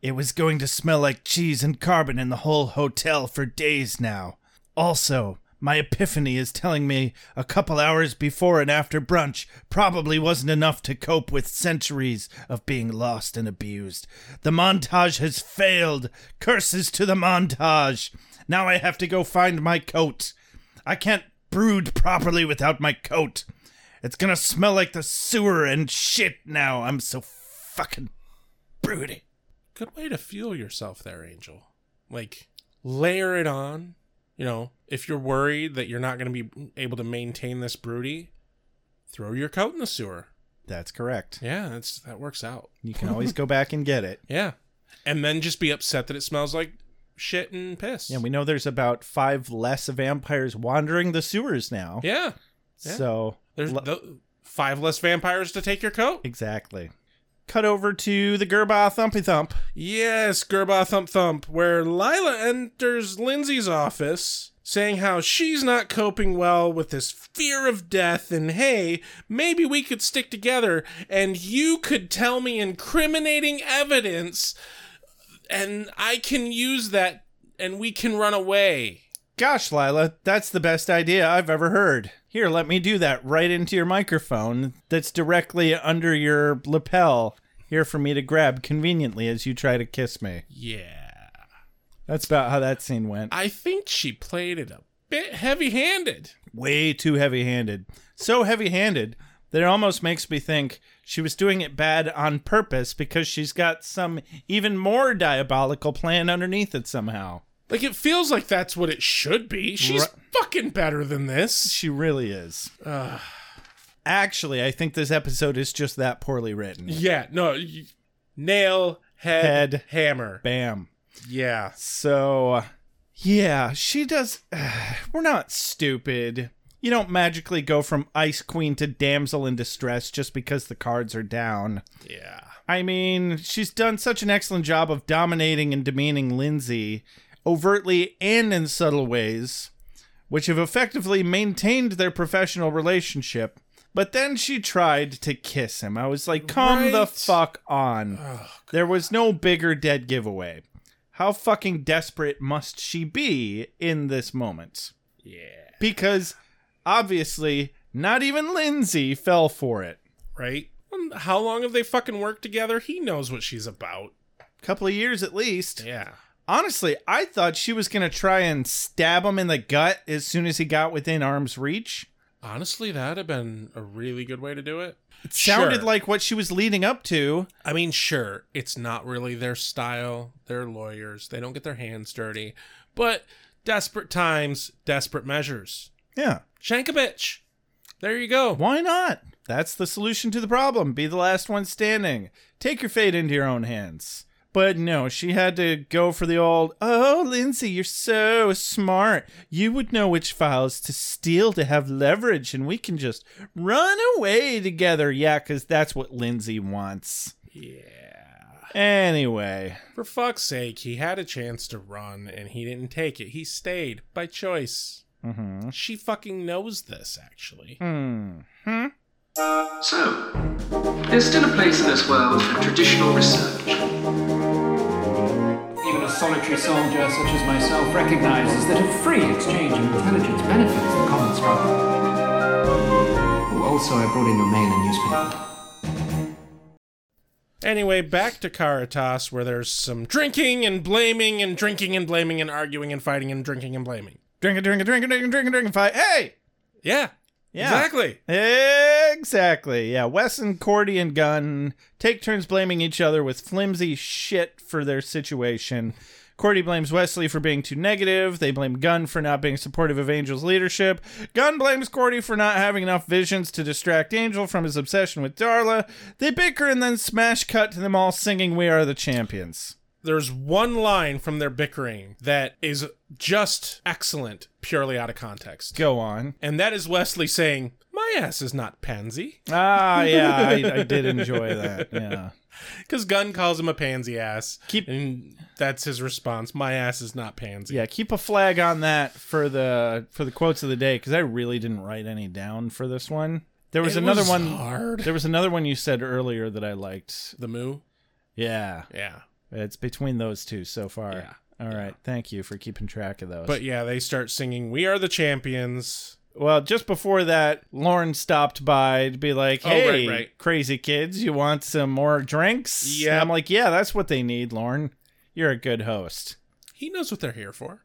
Speaker 6: It was going to smell like cheese and carbon in the whole hotel for days now. Also, my epiphany is telling me a couple hours before and after brunch probably wasn't enough to cope with centuries of being lost and abused. The montage has failed. Curses to the montage. Now I have to go find my coat. I can't brood properly without my coat. It's gonna smell like the sewer and shit now. I'm so fucking broody.
Speaker 7: Good way to fuel yourself there, Angel. Like, layer it on. You know, if you're worried that you're not going to be able to maintain this broody, throw your coat in the sewer.
Speaker 6: That's correct.
Speaker 7: Yeah, that's that works out.
Speaker 6: You can always go back and get it.
Speaker 7: Yeah. And then just be upset that it smells like shit and piss.
Speaker 6: Yeah, we know there's about five less vampires wandering the sewers now.
Speaker 7: Yeah.
Speaker 6: So
Speaker 7: There's
Speaker 6: lo-
Speaker 7: tho- five less vampires to take your coat.
Speaker 6: exactly. Cut over to the Gerba Thumpy Thump.
Speaker 7: Yes, Gerba Thump Thump, where Lila enters Lindsay's office saying how she's not coping well with this fear of death and hey, maybe we could stick together and you could tell me incriminating evidence and I can use that and we can run away.
Speaker 6: Gosh, Lila, that's the best idea I've ever heard. Here, let me do that right into your microphone that's directly under your lapel here for me to grab conveniently as you try to kiss me.
Speaker 7: Yeah.
Speaker 6: That's about how that scene went.
Speaker 7: I think she played it a bit heavy-handed.
Speaker 6: way too heavy handed. So heavy handed that it almost makes me think she was doing it bad on purpose because she's got some even more diabolical plan underneath it somehow.
Speaker 7: Like it feels like that's what it should be. She's
Speaker 6: Ri-
Speaker 7: fucking better than this.
Speaker 6: She really is. Actually, I think this episode is just that poorly written.
Speaker 7: Yeah, no, y nail, head,
Speaker 6: Head.
Speaker 7: hammer.
Speaker 6: Bam.
Speaker 7: Yeah.
Speaker 6: So, yeah, she does. we're not stupid. You don't magically go from ice queen to damsel in distress just because the cards are down.
Speaker 7: Yeah.
Speaker 6: I mean, she's done such an excellent job of dominating and demeaning Lindsay overtly and in subtle ways, which have effectively maintained their professional relationship. But then she tried to kiss him. I was like, come the
Speaker 7: Right. Oh,
Speaker 6: fuck on. there was no bigger dead giveaway. How fucking desperate must she be in this moment?
Speaker 7: Yeah.
Speaker 6: Because obviously, not even Lindsay fell for it.
Speaker 7: Right? Um, How long have they fucking worked together? He knows what she's about.
Speaker 6: Couple of years at least.
Speaker 7: Yeah.
Speaker 6: Honestly, I thought she was going to try and stab him in the gut as soon as he got within arm's reach.
Speaker 7: Honestly, that'd have been a really good way to do it. It
Speaker 6: Sounded like what she was leading up to.
Speaker 7: I mean, sure, it's not really their style. They're lawyers. They don't get their hands dirty. But desperate times, desperate measures.
Speaker 6: Yeah.
Speaker 7: Shank a bitch. There you go.
Speaker 6: Why not? That's the solution to the problem. Be the last one standing. Take your fate into your own hands. But no, she had to go for the old, oh, Lindsay, you're so smart. You would know which files to steal to have leverage, and we can just run away together. Yeah, because that's what Lindsay wants. Yeah. Anyway.
Speaker 7: For fuck's sake, he had a chance to run and he didn't take it. He stayed by choice. Mm-hmm. She fucking knows this, actually.
Speaker 6: hmm.
Speaker 3: So, there's still a place in this world for traditional research. Even a solitary soldier such as myself recognizes that a free exchange of intelligence benefits the common struggle. Oh, Also, I brought in your mail and newspaper.
Speaker 7: Anyway, back to Caritas, where there's some drinking and blaming and drinking and blaming and arguing and fighting and drinking and blaming.
Speaker 6: Drink it, drink it, drink it, drink it, drink it, drink it, fight. Hey!
Speaker 7: Yeah.
Speaker 6: Yeah.
Speaker 7: Exactly.
Speaker 6: Exactly. Yeah. Wes and Cordy and Gunn take turns blaming each other with flimsy shit for their situation. Cordy blames Wesley for being too negative. They blame Gunn for not being supportive of Angel's leadership. Gunn blames Cordy for not having enough visions to distract Angel from his obsession with Darla. They bicker and then smash cut to them all singing We Are the Champions.
Speaker 7: There's one line from their bickering that is just excellent, purely out of context.
Speaker 6: Go on.
Speaker 7: And that is Wesley saying, My ass is not pansy.
Speaker 6: Ah, yeah, I, I did enjoy that. Yeah.
Speaker 7: Because Gunn calls him a pansy ass.
Speaker 6: Keep-
Speaker 7: and that's his response. My ass is not pansy.
Speaker 6: Yeah, keep a flag on that for the for the quotes of the day because I really didn't write any down for this one. There was
Speaker 7: It
Speaker 6: another
Speaker 7: was
Speaker 6: one.
Speaker 7: hard.
Speaker 6: There was another one you said earlier that I liked.
Speaker 7: The moo?
Speaker 6: Yeah,
Speaker 7: Yeah.
Speaker 6: it's between those two so far.
Speaker 7: Yeah,
Speaker 6: All right, thank you for keeping track of those.
Speaker 7: But yeah, they start singing, We are the champions.
Speaker 6: well, just before that, Lauren stopped by to be like,
Speaker 7: Oh, right,
Speaker 6: "Hey,
Speaker 7: right.
Speaker 6: crazy kids, you want some more drinks?" And
Speaker 7: Yeah.
Speaker 6: I'm like, "Yeah, that's what they need, Lauren. You're a good host."
Speaker 7: He knows what they're here for.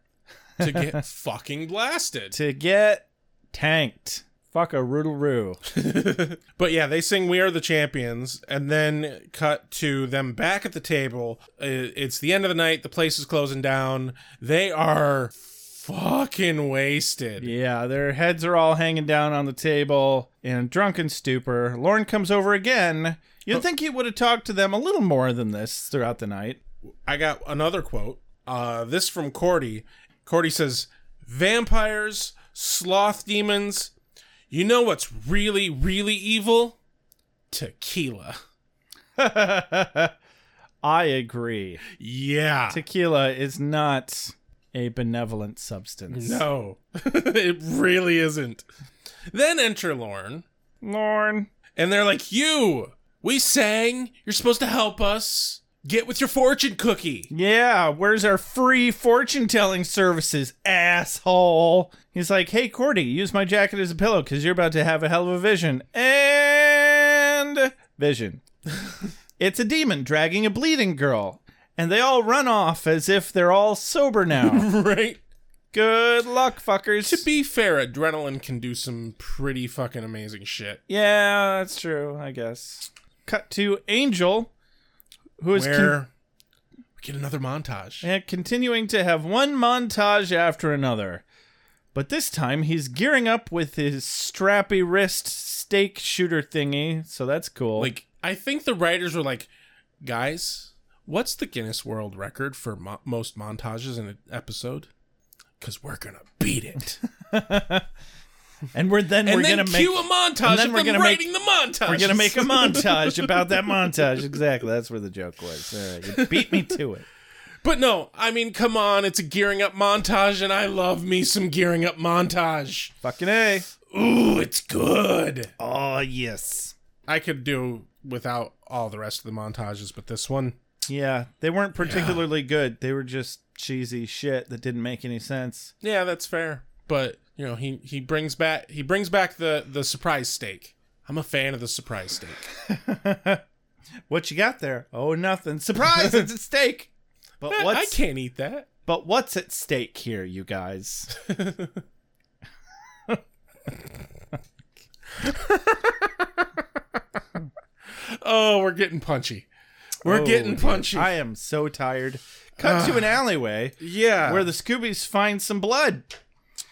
Speaker 7: To get fucking blasted.
Speaker 6: To get tanked, fuck a roodle roo.
Speaker 7: But yeah, they sing "We Are the Champions," and then cut to them back at the table. Uh, It's the end of the night. The place is closing down. They are fucking wasted.
Speaker 6: Yeah, their heads are all hanging down on the table in a drunken stupor. Lauren comes over again. You'd think he would have talked to them a little more than this throughout the night.
Speaker 7: I got another quote. Uh, this from Cordy. Cordy says, "Vampires, sloth demons. You know what's really, really evil? Tequila.
Speaker 6: I agree.
Speaker 7: Yeah.
Speaker 6: Tequila is not a benevolent substance.
Speaker 7: no, it really isn't." Then enter Lorne.
Speaker 6: Lauren.
Speaker 7: And they're like, You, we sang. You're supposed to help us. Get with your fortune cookie.
Speaker 6: Yeah, where's our free fortune telling services, asshole? He's like, hey, Cordy, use my jacket as a pillow because you're about to have a hell of a vision. And vision. it's a demon dragging a bleeding girl. And they all run off as if they're all sober now.
Speaker 7: Right?
Speaker 6: Good luck, fuckers.
Speaker 7: To be fair, adrenaline can do some pretty fucking amazing shit.
Speaker 6: yeah, that's true, I guess. Cut to Angel, who is con-
Speaker 7: Where we get another montage.
Speaker 6: and Eh, continuing to have one montage after another. But this time he's gearing up with his strappy wrist stake shooter thingy, so that's cool.
Speaker 7: Like, I think the writers were like, Guys, what's the Guinness World Record for mo- most montages in an episode? Because we're going to beat it.
Speaker 6: and we're then
Speaker 7: and
Speaker 6: we're
Speaker 7: then
Speaker 6: gonna make
Speaker 7: cue a montage
Speaker 6: and then
Speaker 7: of
Speaker 6: we're
Speaker 7: them
Speaker 6: gonna make-
Speaker 7: writing the montage.
Speaker 6: we're gonna make a montage about that montage. Exactly, that's where the joke was. All right, you beat me to it.
Speaker 7: But no, I mean, come on, it's a gearing up montage, and I love me some gearing up montage.
Speaker 6: Fucking a.
Speaker 7: Ooh, it's good.
Speaker 6: Oh yes.
Speaker 7: I could do without all the rest of the montages, but this one,
Speaker 6: Yeah, they weren't particularly good. They were just cheesy shit that didn't make any sense.
Speaker 7: yeah, that's fair. But you know, he he brings back he brings back the the surprise steak. I'm a fan of the surprise steak.
Speaker 6: What you got there? Oh, nothing. Surprise! it's at stake. But what's
Speaker 7: I can't eat that.
Speaker 6: But what's at stake here, you guys?
Speaker 7: Oh, we're getting punchy. We're
Speaker 6: Oh,
Speaker 7: getting punchy.
Speaker 6: I am so tired. Cut to an alleyway
Speaker 7: yeah,
Speaker 6: where the Scoobies find some blood.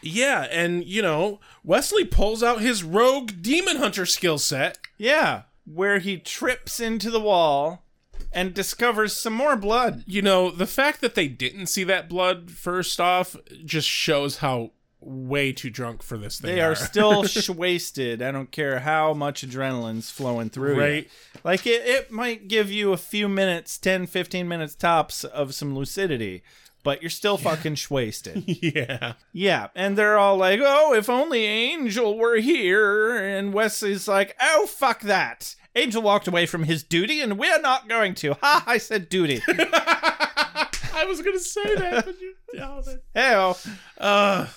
Speaker 7: yeah, and you know, Wesley pulls out his rogue demon hunter skill set.
Speaker 6: Yeah, where he trips into the wall and discovers some more blood.
Speaker 7: you know, the fact that they didn't see that blood first off just shows how way too drunk for this thing.
Speaker 6: They are still sh- wasted. I don't care how much adrenaline's flowing through. you.
Speaker 7: Right.
Speaker 6: Like it, it might give you a few minutes, 10, 15 minutes tops of some lucidity, but you're still fucking sh- wasted.
Speaker 7: yeah.
Speaker 6: Yeah, and they're all like, "Oh, if only Angel were here." And Wesley's like, "Oh, fuck that." Angel walked away from his duty, and we're not going to. Ha! I said duty.
Speaker 7: I was gonna say that, but you oh, that-
Speaker 6: Hell.
Speaker 7: uh,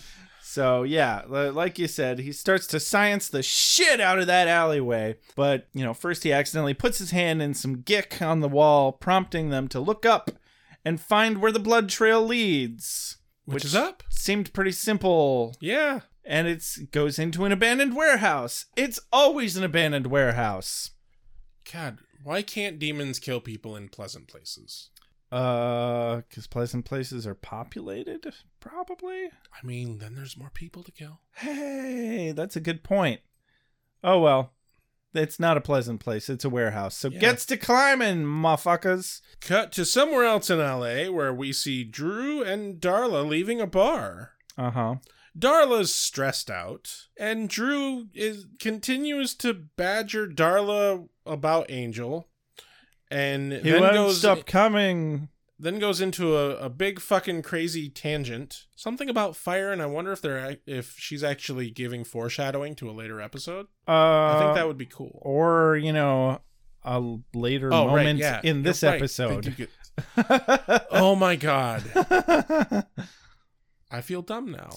Speaker 6: So yeah, li- like you said, he starts to science the shit out of that alleyway. But you know, first he accidentally puts his hand in some gick on the wall, prompting them to look up and find where the blood trail leads.
Speaker 7: Which is up.
Speaker 6: Seemed pretty simple.
Speaker 7: Yeah.
Speaker 6: And it goes into an abandoned warehouse. It's always an abandoned warehouse.
Speaker 7: God, why can't demons kill people in pleasant places?
Speaker 6: Uh, because pleasant places are populated, probably.
Speaker 7: I mean, then there's more people to kill.
Speaker 6: Hey, that's a good point. Oh well, it's not a pleasant place. It's a warehouse. So
Speaker 7: Yeah.
Speaker 6: gets to climbing, motherfuckers.
Speaker 7: Cut to somewhere else in LA where we see Drew and Darla leaving a bar.
Speaker 6: Uh huh.
Speaker 7: Darla's stressed out, and Drew is continues to badger Darla about Angel, and
Speaker 6: He
Speaker 7: then
Speaker 6: won't
Speaker 7: goes
Speaker 6: stop coming.
Speaker 7: then goes into a, a big fucking crazy tangent. Something about fire, and I wonder if they're ac- if she's actually giving foreshadowing to a later episode.
Speaker 6: Uh,
Speaker 7: I think that would be cool.
Speaker 6: or you know, a later moment in this
Speaker 7: Oh, You're right. They
Speaker 6: episode.
Speaker 7: do get- oh my god, I feel dumb now.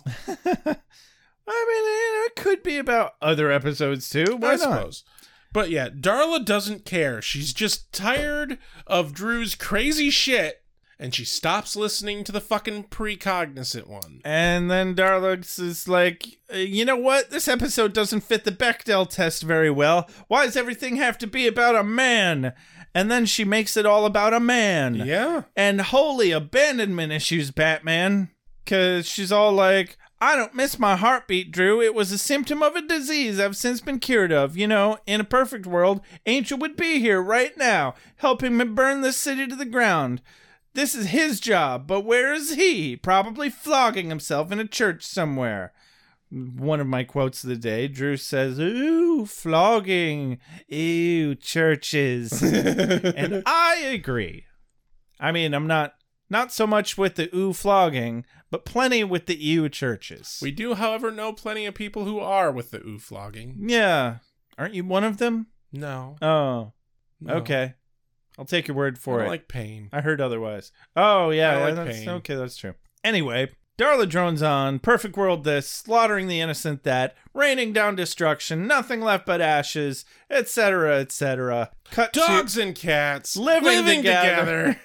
Speaker 6: I mean, eh, it could be about other episodes too. Why
Speaker 7: I
Speaker 6: not?
Speaker 7: suppose. But yeah, Darla doesn't care. She's just tired of Drew's crazy shit, and she stops listening to the fucking precognizant one.
Speaker 6: And then Darlux is like, "Uh, you know what? This episode doesn't fit the Bechdel test very well. Why does everything have to be about a man? And then she makes it all about a man.
Speaker 7: Yeah.
Speaker 6: And holy abandonment issues, Batman. Because she's all like, I don't miss my heartbeat, Drew. It was a symptom of a disease I've since been cured of. You know, in a perfect world, Angel would be here right now, helping me burn this city to the ground. This is his job, but where is he? Probably flogging himself in a church somewhere. One of my quotes of the day, Drew says, Ooh, flogging. Ew, churches. and I agree. I mean, I'm not not so much with the ooh flogging, but plenty with the ew churches.
Speaker 7: We do, however, know plenty of people who are with the ooh flogging.
Speaker 6: yeah. Aren't you one of them?
Speaker 7: No.
Speaker 6: Oh,
Speaker 7: no.
Speaker 6: okay. I'll take your word
Speaker 7: I
Speaker 6: for
Speaker 7: don't
Speaker 6: it.
Speaker 7: like pain.
Speaker 6: I heard otherwise. Oh yeah,
Speaker 7: I like
Speaker 6: that's,
Speaker 7: pain.
Speaker 6: okay, that's true. Anyway, Darla drones on. Perfect world, this slaughtering the innocent, that raining down destruction, nothing left but ashes, etc., etc. Cut to-
Speaker 7: Dogs and cats
Speaker 6: Living
Speaker 7: together.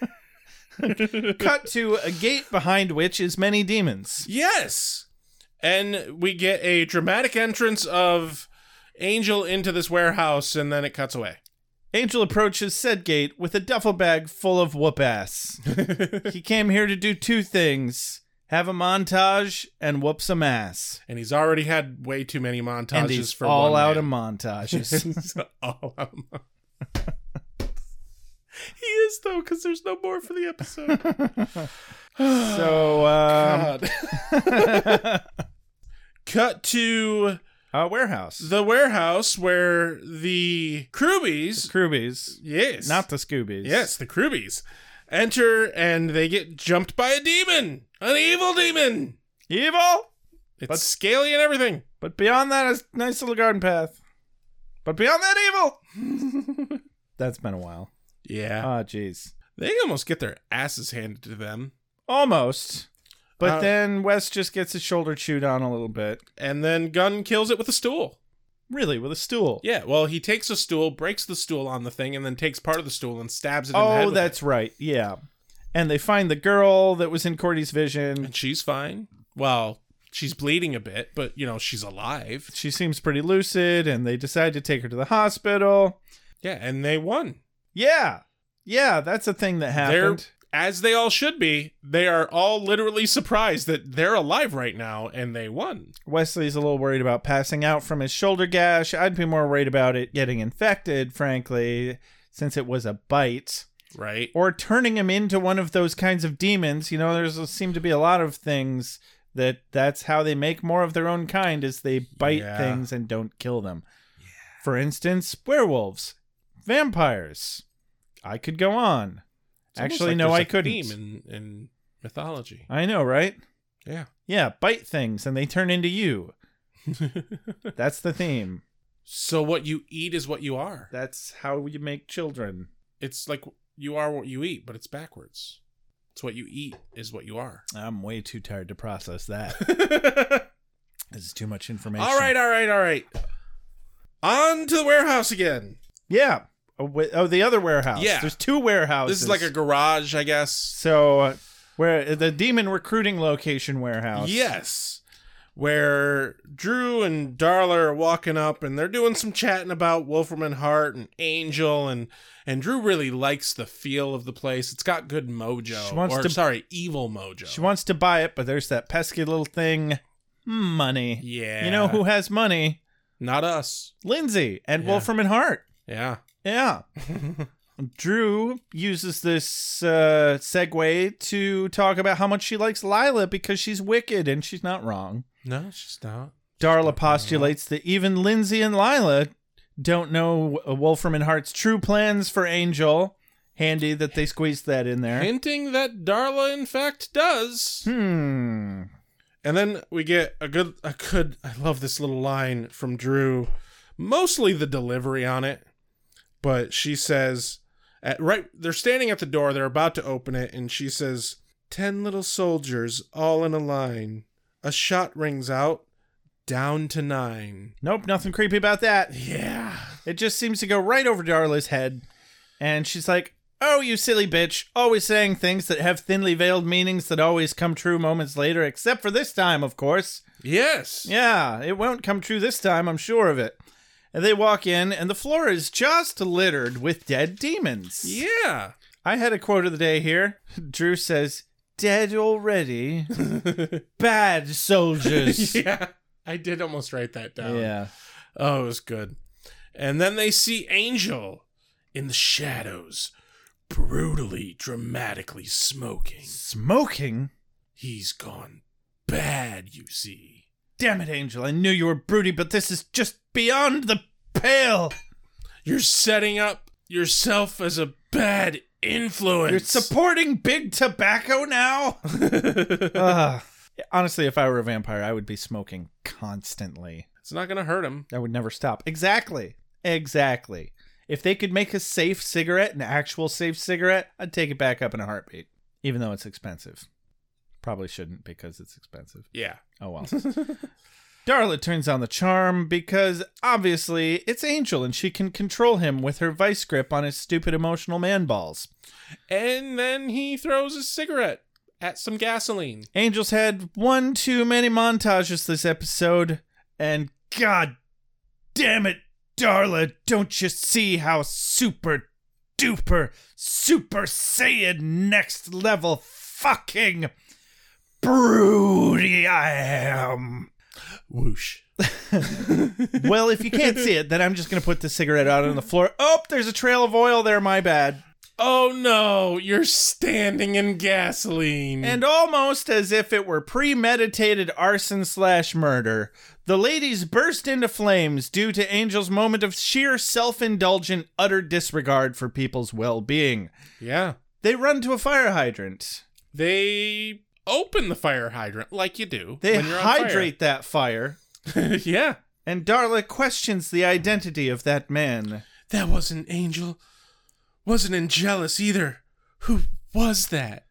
Speaker 6: together. cut to a gate behind which is many demons.
Speaker 7: yes. And we get a dramatic entrance of Angel into this warehouse, and then it cuts away.
Speaker 6: Angel approaches said gate with a duffel bag full of whoop ass. he came here to do two things have a montage and whoop some ass.
Speaker 7: and he's already had way too many montages
Speaker 6: And he's
Speaker 7: for
Speaker 6: all
Speaker 7: one
Speaker 6: out of
Speaker 7: man.
Speaker 6: montages.
Speaker 7: He's all out. Of mon- he is though, because there's no more for the episode.
Speaker 6: so, um,
Speaker 7: God. Cut to
Speaker 6: a uh, warehouse. The
Speaker 7: the warehouse where the Krubies,
Speaker 6: Krubies.
Speaker 7: yes,
Speaker 6: Not the Scoobies.
Speaker 7: yes, the Krubies enter and they get jumped by a demon, an evil demon.
Speaker 6: Evil!
Speaker 7: It's scaly and everything.
Speaker 6: But beyond that is a nice little garden path. But beyond that, evil! That's been a while.
Speaker 7: Yeah,
Speaker 6: Ah, jeez.
Speaker 7: they almost get their asses handed to them.
Speaker 6: Almost. But
Speaker 7: Uh,
Speaker 6: then Wes just gets his shoulder chewed on a little bit.
Speaker 7: and then Gunn kills it with a stool.
Speaker 6: Really, with a stool.
Speaker 7: Yeah, well, he takes a stool, breaks the stool on the thing, and then takes part of the stool and stabs it. in the head
Speaker 6: Oh,
Speaker 7: with
Speaker 6: that's
Speaker 7: it.
Speaker 6: right. Yeah. And they find the girl that was in Cordy's vision.
Speaker 7: and she's fine. Well, she's bleeding a bit, but you know she's alive.
Speaker 6: She seems pretty lucid, and they decide to take her to the hospital.
Speaker 7: Yeah, and they won.
Speaker 6: Yeah. Yeah, that's a thing that
Speaker 7: They're
Speaker 6: happened.
Speaker 7: as they all should be. They are all literally surprised that they're alive right now, and they won.
Speaker 6: Wesley's a little worried about passing out from his shoulder gash. I'd be more worried about it getting infected, frankly, since it was a bite.
Speaker 7: Right?
Speaker 6: or turning him into one of those kinds of demons. You know, there's seem to be a lot of things that that's how they make more of their own kind is they bite
Speaker 7: Yeah.
Speaker 6: things and don't kill them. For instance, werewolves, vampires. I could go on.
Speaker 7: It's almost
Speaker 6: Actually,
Speaker 7: like
Speaker 6: no,
Speaker 7: there's
Speaker 6: I
Speaker 7: a
Speaker 6: couldn't.
Speaker 7: Theme in, in mythology.
Speaker 6: I know, right?
Speaker 7: Yeah.
Speaker 6: Yeah, bite things and they turn into you. That's the theme.
Speaker 7: So what you eat is what you are.
Speaker 6: That's how you make children.
Speaker 7: It's like you are what you eat, but it's backwards. It's what you eat is what you are.
Speaker 6: I'm way too tired to process that.
Speaker 7: all
Speaker 6: this is too much information.
Speaker 7: right, all right, all right. On to the warehouse again.
Speaker 6: Yeah. Oh, wait- oh, the other warehouse.
Speaker 7: Yeah.
Speaker 6: There's two warehouses.
Speaker 7: This is like a garage, I guess.
Speaker 6: So uh, Where the demon recruiting location warehouse.
Speaker 7: Yes. Where Drew and Darla are walking up and they're doing some chatting about Wolfram and Hart and Angel and and Drew really likes the feel of the place. It's got good mojo.
Speaker 6: She wants
Speaker 7: or
Speaker 6: to-
Speaker 7: sorry, evil mojo.
Speaker 6: She wants to buy it, but there's that pesky little thing. Hmm, Money.
Speaker 7: Yeah.
Speaker 6: You know who has money?
Speaker 7: Not us.
Speaker 6: Lindsay and Wolfram and Hart.
Speaker 7: Yeah.
Speaker 6: Yeah. Drew uses this uh, segue to talk about how much she likes Lila because she's wicked and she's not wrong.
Speaker 7: No, she's not.
Speaker 6: Darla postulates that even Lindsay and Lila don't know uh, Wolfram and Hart's true plans for Angel. Handy that they squeezed that in there.
Speaker 7: Hinting that Darla in fact does.
Speaker 6: Hmm.
Speaker 7: And then we get a good a good I love this little line from Drew. Mostly the delivery on it. But she says at right they're standing at the door, they're about to open it, and she says, Ten little soldiers all in a line. A shot rings out, down to nine.
Speaker 6: Nope, nothing creepy about that.
Speaker 7: Yeah.
Speaker 6: It just seems to go right over Darla's head. And she's like, Oh, you silly bitch. Always saying things that have thinly veiled meanings that always come true moments later, except for this time, of course.
Speaker 7: Yes.
Speaker 6: Yeah, it won't come true this time, I'm sure of it. And they walk in, and the floor is just littered with dead demons.
Speaker 7: Yeah.
Speaker 6: I had a quote of the day here. Drew says, Dead already. Bad soldiers.
Speaker 7: yeah. I did almost write that down.
Speaker 6: yeah.
Speaker 7: Oh, it was good. And then they see Angel in the shadows, brutally, dramatically smoking.
Speaker 6: Smoking?
Speaker 7: He's gone bad, you see.
Speaker 6: Damn it, Angel. I knew you were broody, but this is just beyond the pale.
Speaker 7: You're setting up yourself as a bad influence.
Speaker 6: You're supporting big tobacco now? Ugh. Honestly, if I were a vampire, I would be smoking constantly.
Speaker 7: it's not going to hurt him.
Speaker 6: I would never stop. Exactly. Exactly. If they could make a safe cigarette, an actual safe cigarette, I'd take it back up in a heartbeat, even though it's expensive. Probably shouldn't because it's expensive.
Speaker 7: Yeah.
Speaker 6: Oh well. Darla turns on the charm because obviously it's Angel and she can control him with her vice grip on his stupid emotional man balls.
Speaker 7: And then he throws a cigarette at some gasoline.
Speaker 6: Angel's had one too many montages this episode, and god damn it, Darla, don't you see how super duper super saiyan next level fucking broody I am?
Speaker 7: Whoosh.
Speaker 6: well, if you can't see it, then I'm just going to put the cigarette out on the floor. Oh, there's a trail of oil there, my bad.
Speaker 7: Oh no, you're standing in gasoline.
Speaker 6: And almost as if it were premeditated arson slash murder, the ladies burst into flames due to Angel's moment of sheer self indulgent, utter disregard for people's well being.
Speaker 7: yeah.
Speaker 6: They run to a fire hydrant.
Speaker 7: They open the fire hydrant like you do.
Speaker 6: They
Speaker 7: when you're on
Speaker 6: hydrate that fire,
Speaker 7: fire. yeah.
Speaker 6: and Darla questions the identity of that man.
Speaker 7: That wasn't Angel. Wasn't Angelus either. Who was that?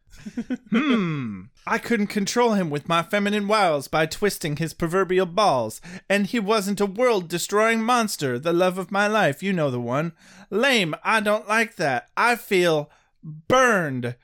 Speaker 6: I couldn't control him with my feminine wiles by twisting his proverbial balls, and he wasn't a world destroying monster, the love of my life, you know the one. Lame, I don't like that. I feel burned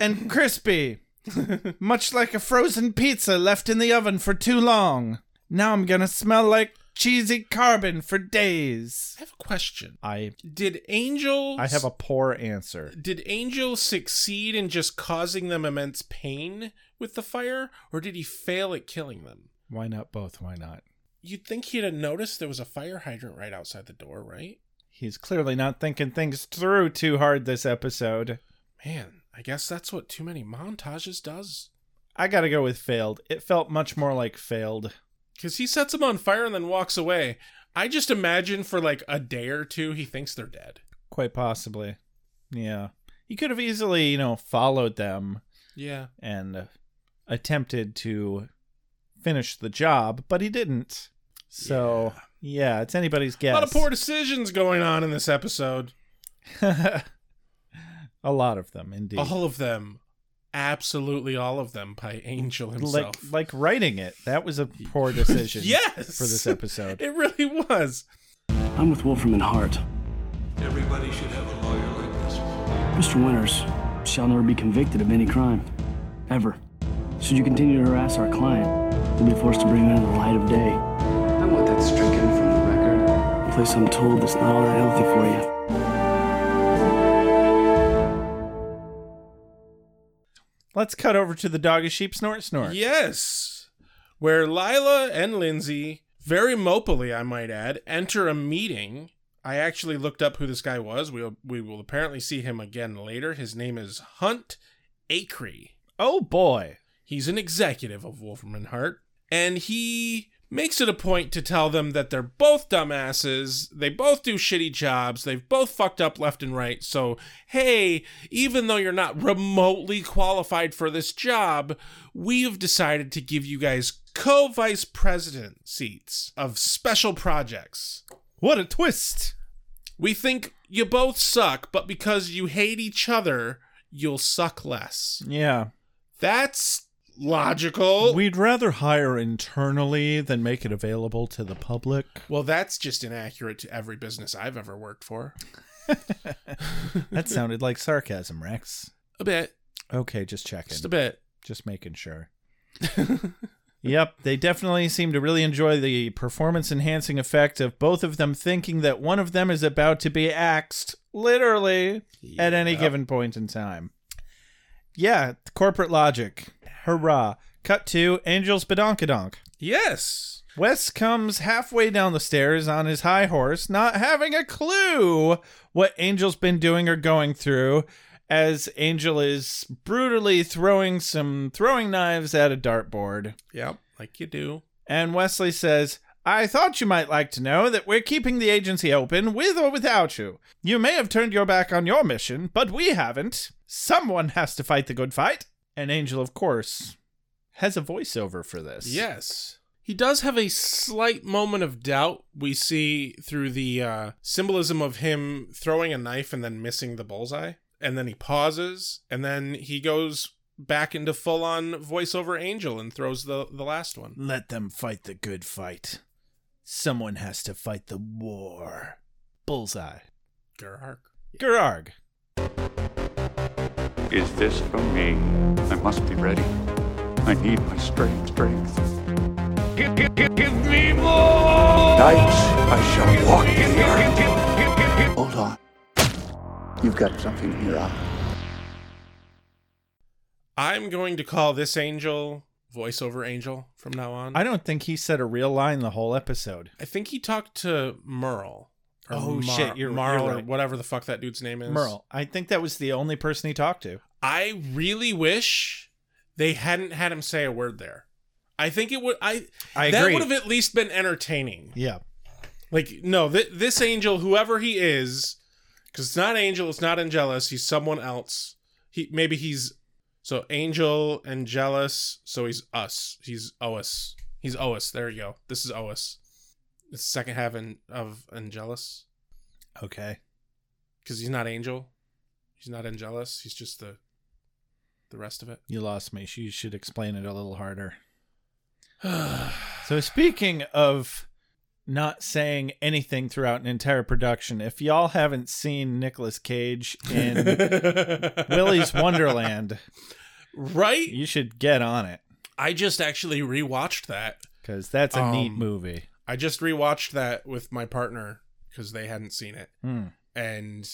Speaker 6: and crispy, much like a frozen pizza left in the oven for too long. Now I'm gonna smell like cheesy carbon for days.
Speaker 7: I have a question.
Speaker 6: I
Speaker 7: Did Angel
Speaker 6: I have a poor answer.
Speaker 7: did Angel succeed in just causing them immense pain with the fire, or did he fail at killing them?
Speaker 6: Why not both? Why not?
Speaker 7: You'd think he'd have noticed there was a fire hydrant right outside the door, right?
Speaker 6: He's clearly not thinking things through too hard this episode.
Speaker 7: Man, I guess that's what too many montages does.
Speaker 6: I gotta go with failed. It felt much more like failed.
Speaker 7: Because he sets them on fire and then walks away. I just imagine for like a day or two, he thinks they're dead.
Speaker 6: Quite possibly. Yeah. You could have easily, you know, followed them
Speaker 7: Yeah.
Speaker 6: and attempted to finish the job, but he didn't. So, yeah, it's anybody's guess.
Speaker 7: A lot of poor decisions going on in this episode.
Speaker 6: A lot of them, indeed.
Speaker 7: All of them. Absolutely all of them by Angel
Speaker 6: like,
Speaker 7: himself.
Speaker 6: like writing it. That was a poor decision
Speaker 7: yes!
Speaker 6: for this episode.
Speaker 7: it really was.
Speaker 11: I'm with Wolfram and Hart.
Speaker 2: Everybody should have a lawyer like this.
Speaker 11: Mr. Winters shall never be convicted of any crime. Ever. Should you continue to harass our client, you'll be forced to bring her to the light of day.
Speaker 3: I want that stricken from the record.
Speaker 11: A place I'm told that's not all that healthy for you.
Speaker 6: Let's cut over to the dog is sheep snort snort.
Speaker 7: Yes. Where Lila and Lindsay, very mopily, I might add, enter a meeting. I actually looked up who this guy was. We will, we will apparently see him again later. His name is Hunt Acree.
Speaker 6: Oh boy.
Speaker 7: He's an executive of Wolfram and Hart, and he makes it a point to tell them that they're both dumbasses. They both do shitty jobs. They've both fucked up left and right. So, hey, even though you're not remotely qualified for this job, we've decided to give you guys co vice president seats of special projects.
Speaker 6: What a twist.
Speaker 7: We think you both suck, but because you hate each other, you'll suck less.
Speaker 6: Yeah.
Speaker 7: That's logical.
Speaker 6: We'd rather hire internally than make it available to the public.
Speaker 7: well, that's just inaccurate to every business I've ever worked for.
Speaker 6: That sounded like sarcasm, Rex.
Speaker 7: A bit.
Speaker 6: Okay, just checking.
Speaker 7: Just a bit.
Speaker 6: Just making sure. yep, they definitely seem to really enjoy the performance enhancing effect of both of them thinking that one of them is about to be axed, literally, at any given point in time. Yeah, corporate logic. Hurrah. Cut to Angel's Badonkadonk.
Speaker 7: Yes.
Speaker 6: Wes comes halfway down the stairs on his high horse, not having a clue what Angel's been doing or going through, as Angel is brutally throwing some throwing knives at a dartboard.
Speaker 7: Yep. Like you do.
Speaker 6: And Wesley says, I thought you might like to know that we're keeping the agency open with or without you. You may have turned your back on your mission, but we haven't. Someone has to fight the good fight. And Angel, of course, has a voiceover for this.
Speaker 7: Yes. He does have a slight moment of doubt we see through the uh, symbolism of him throwing a knife and then missing the bullseye. And then he pauses and then he goes back into full on voiceover angel and throws the, the last one.
Speaker 6: Let them fight the good fight. Someone has to fight the war. Bullseye.
Speaker 7: Gerhark.
Speaker 6: Gerarg.
Speaker 12: Is this from me? I must be ready. I need my strength, strength. Give, give, give, give me more! Nights I shall walk in the earth.
Speaker 2: Hold on. You've got something in your eye.
Speaker 7: I'm going to call this angel voiceover angel from now on.
Speaker 6: I don't think he said a real line the whole episode.
Speaker 7: I think he talked to Merle. or
Speaker 6: Oh,
Speaker 7: Mar-
Speaker 6: shit, you're-
Speaker 7: Marl
Speaker 6: you're
Speaker 7: or
Speaker 6: right.
Speaker 7: whatever the fuck that dude's name is.
Speaker 6: Merle. I think that was the only person he talked to.
Speaker 7: I really wish they hadn't had him say a word there. I think it would. I,
Speaker 6: I
Speaker 7: that
Speaker 6: agree.
Speaker 7: would have at least been entertaining.
Speaker 6: Yeah.
Speaker 7: Like no, th- this angel, whoever he is, because it's not angel, it's not Angelus. He's someone else. He maybe he's so angel Angelus. So he's us. He's Ois. He's Ois. There you go. This is Ois. It's the second half in, of Angelus
Speaker 6: Okay.
Speaker 7: because he's not angel. He's not Angelus. He's just the the rest of it.
Speaker 6: You lost me. You should explain it a little harder. so, speaking of not saying anything throughout an entire production, if y'all haven't seen Nicolas Cage in Willy's Wonderland,
Speaker 7: Right?
Speaker 6: you should get on it
Speaker 7: I just actually rewatched that.
Speaker 6: because that's a neat
Speaker 7: Um,
Speaker 6: movie.
Speaker 7: I just rewatched that with my partner because they hadn't seen it.
Speaker 6: Hmm.
Speaker 7: And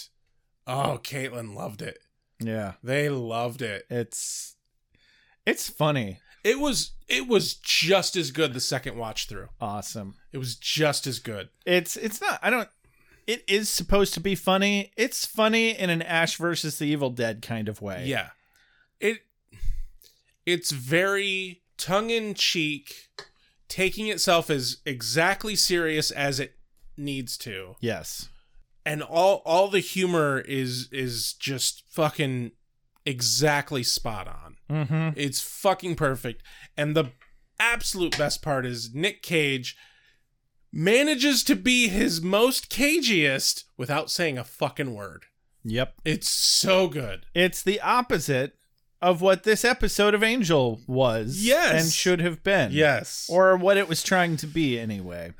Speaker 7: oh, Caitlin loved it.
Speaker 6: Yeah.
Speaker 7: They loved it.
Speaker 6: It's it's funny.
Speaker 7: It was it was just as good the second watch through.
Speaker 6: Awesome.
Speaker 7: It was just as good.
Speaker 6: It's it's not I don't it is supposed to be funny. It's funny in an Ash versus the Evil Dead kind of way.
Speaker 7: Yeah. It it's very tongue in cheek, taking itself as exactly serious as it needs to.
Speaker 6: Yes.
Speaker 7: and all all the humor is is just fucking exactly spot on.
Speaker 6: Mm-hmm.
Speaker 7: It's fucking perfect. And the absolute best part is Nick Cage manages to be his most cagiest without saying a fucking word.
Speaker 6: Yep.
Speaker 7: It's so good.
Speaker 6: It's the opposite of what this episode of Angel was
Speaker 7: Yes.
Speaker 6: and should have been.
Speaker 7: Yes.
Speaker 6: Or what it was trying to be anyway.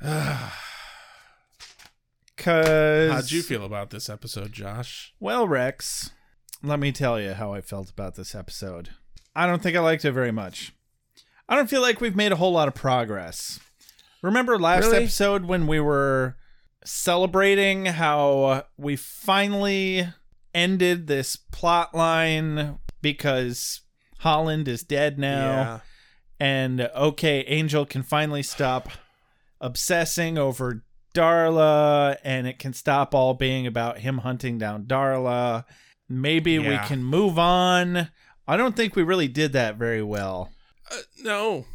Speaker 6: Cause
Speaker 7: How'd you feel about this episode, Josh?
Speaker 6: Well, Rex, let me tell you how I felt about this episode. I don't think I liked it very much. I don't feel like we've made a whole lot of progress. Remember last
Speaker 7: Really?
Speaker 6: episode when we were celebrating how we finally ended this plot line because Holland is dead now.
Speaker 7: Yeah.
Speaker 6: And okay, Angel can finally stop obsessing over Darla and it can stop all being about him hunting down Darla. Maybe we
Speaker 7: Yeah.
Speaker 6: can move on. I don't think we really did that very well.
Speaker 7: No,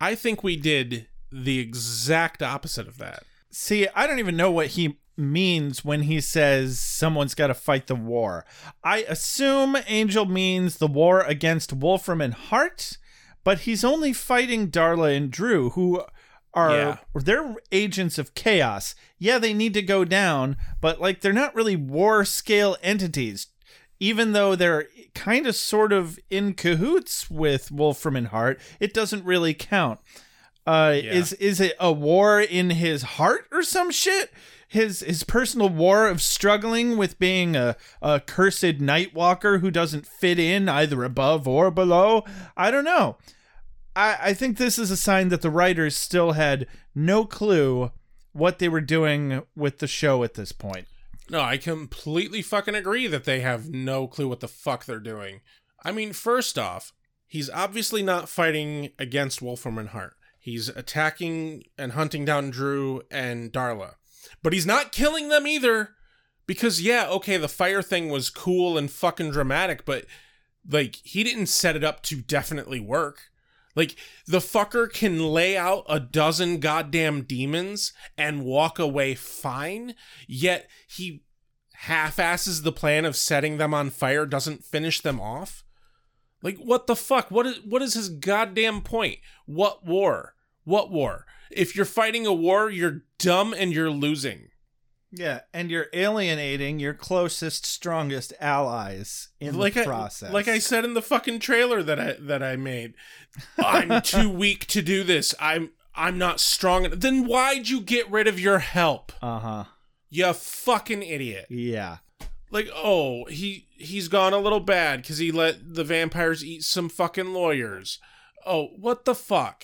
Speaker 7: I think we did the exact opposite of that.
Speaker 6: See, I don't even know what he means when he says someone's got to fight the war. I assume Angel means the war against Wolfram and Hart, but he's only fighting Darla and Drew, who are
Speaker 7: Yeah.
Speaker 6: they're agents of chaos. Yeah, they need to go down, but like they're not really war scale entities. Even though they're kind of sort of in cahoots with Wolfram and Hart, it doesn't really count. Uh, is is it a war in his heart or some shit? His his personal war of struggling with being a, a cursed nightwalker who doesn't fit in either above or below. I don't know. I, I think this is a sign that the writers still had no clue what they were doing with the show at this point.
Speaker 7: No, I completely fucking agree that they have no clue what the fuck they're doing. I mean, first off, he's obviously not fighting against Wolfram and Hart. He's attacking and hunting down Drew and Darla. But he's not killing them either. Because, yeah, okay, the fire thing was cool and fucking dramatic, but, like, he didn't set it up to definitely work. Like, the fucker can lay out a dozen goddamn demons and walk away fine, yet he half asses the plan of setting them on fire, doesn't finish them off. Like, what the fuck? What is, what is his goddamn point? What war? What war? If you're fighting a war, you're dumb and you're losing.
Speaker 6: Yeah, and you're alienating your closest, strongest allies in
Speaker 7: like
Speaker 6: the
Speaker 7: I-
Speaker 6: process.
Speaker 7: like I said in the fucking trailer that I that I made, I'm too weak to do this. I'm I'm not strong. en- Then why'd you get rid of your help?
Speaker 6: Uh huh.
Speaker 7: You fucking idiot.
Speaker 6: Yeah.
Speaker 7: Like oh he he's gone a little bad because he let the vampires eat some fucking lawyers. Oh what the fuck?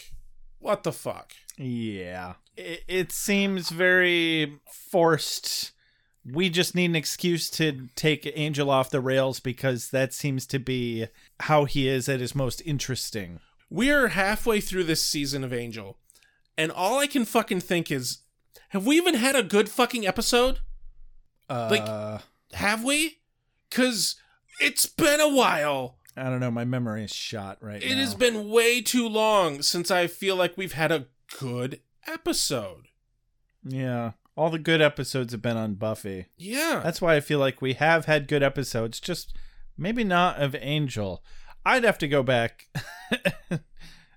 Speaker 7: What the fuck?
Speaker 6: Yeah. It, it seems very forced. We just need an excuse to take Angel off the rails because that seems to be how he is at his most interesting.
Speaker 7: We're halfway through this season of Angel, and all I can fucking think is, have we even had a good fucking episode?
Speaker 6: Uh,
Speaker 7: Have we? Cause it's been a while.
Speaker 6: I don't know. My memory is shot right
Speaker 7: It
Speaker 6: now.
Speaker 7: has been way too long since I feel like we've had a good episode.
Speaker 6: Yeah. All the good episodes have been on Buffy.
Speaker 7: Yeah.
Speaker 6: That's why I feel like we have had good episodes, just maybe not of Angel. I'd have to go back,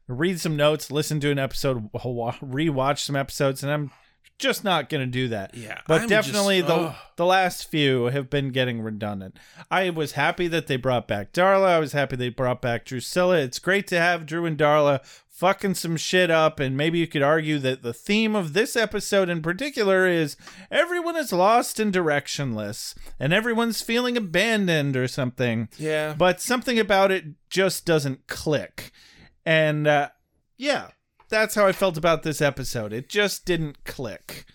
Speaker 6: read some notes, listen to an episode, wa- rewatch some episodes, and I'm just not going to do that.
Speaker 7: Yeah,
Speaker 6: But
Speaker 7: I'm just-
Speaker 6: definitely the
Speaker 7: ugh.
Speaker 6: the last few have been getting redundant. I was happy that they brought back Darla. I was happy they brought back Drusilla. It's great to have Drew and Darla fucking some shit up. And maybe you could argue that the theme of this episode in particular is everyone is lost and directionless, and everyone's feeling abandoned or something.
Speaker 7: Yeah.
Speaker 6: But something about it just doesn't click. And uh, yeah, that's how I felt about this episode. It just didn't click.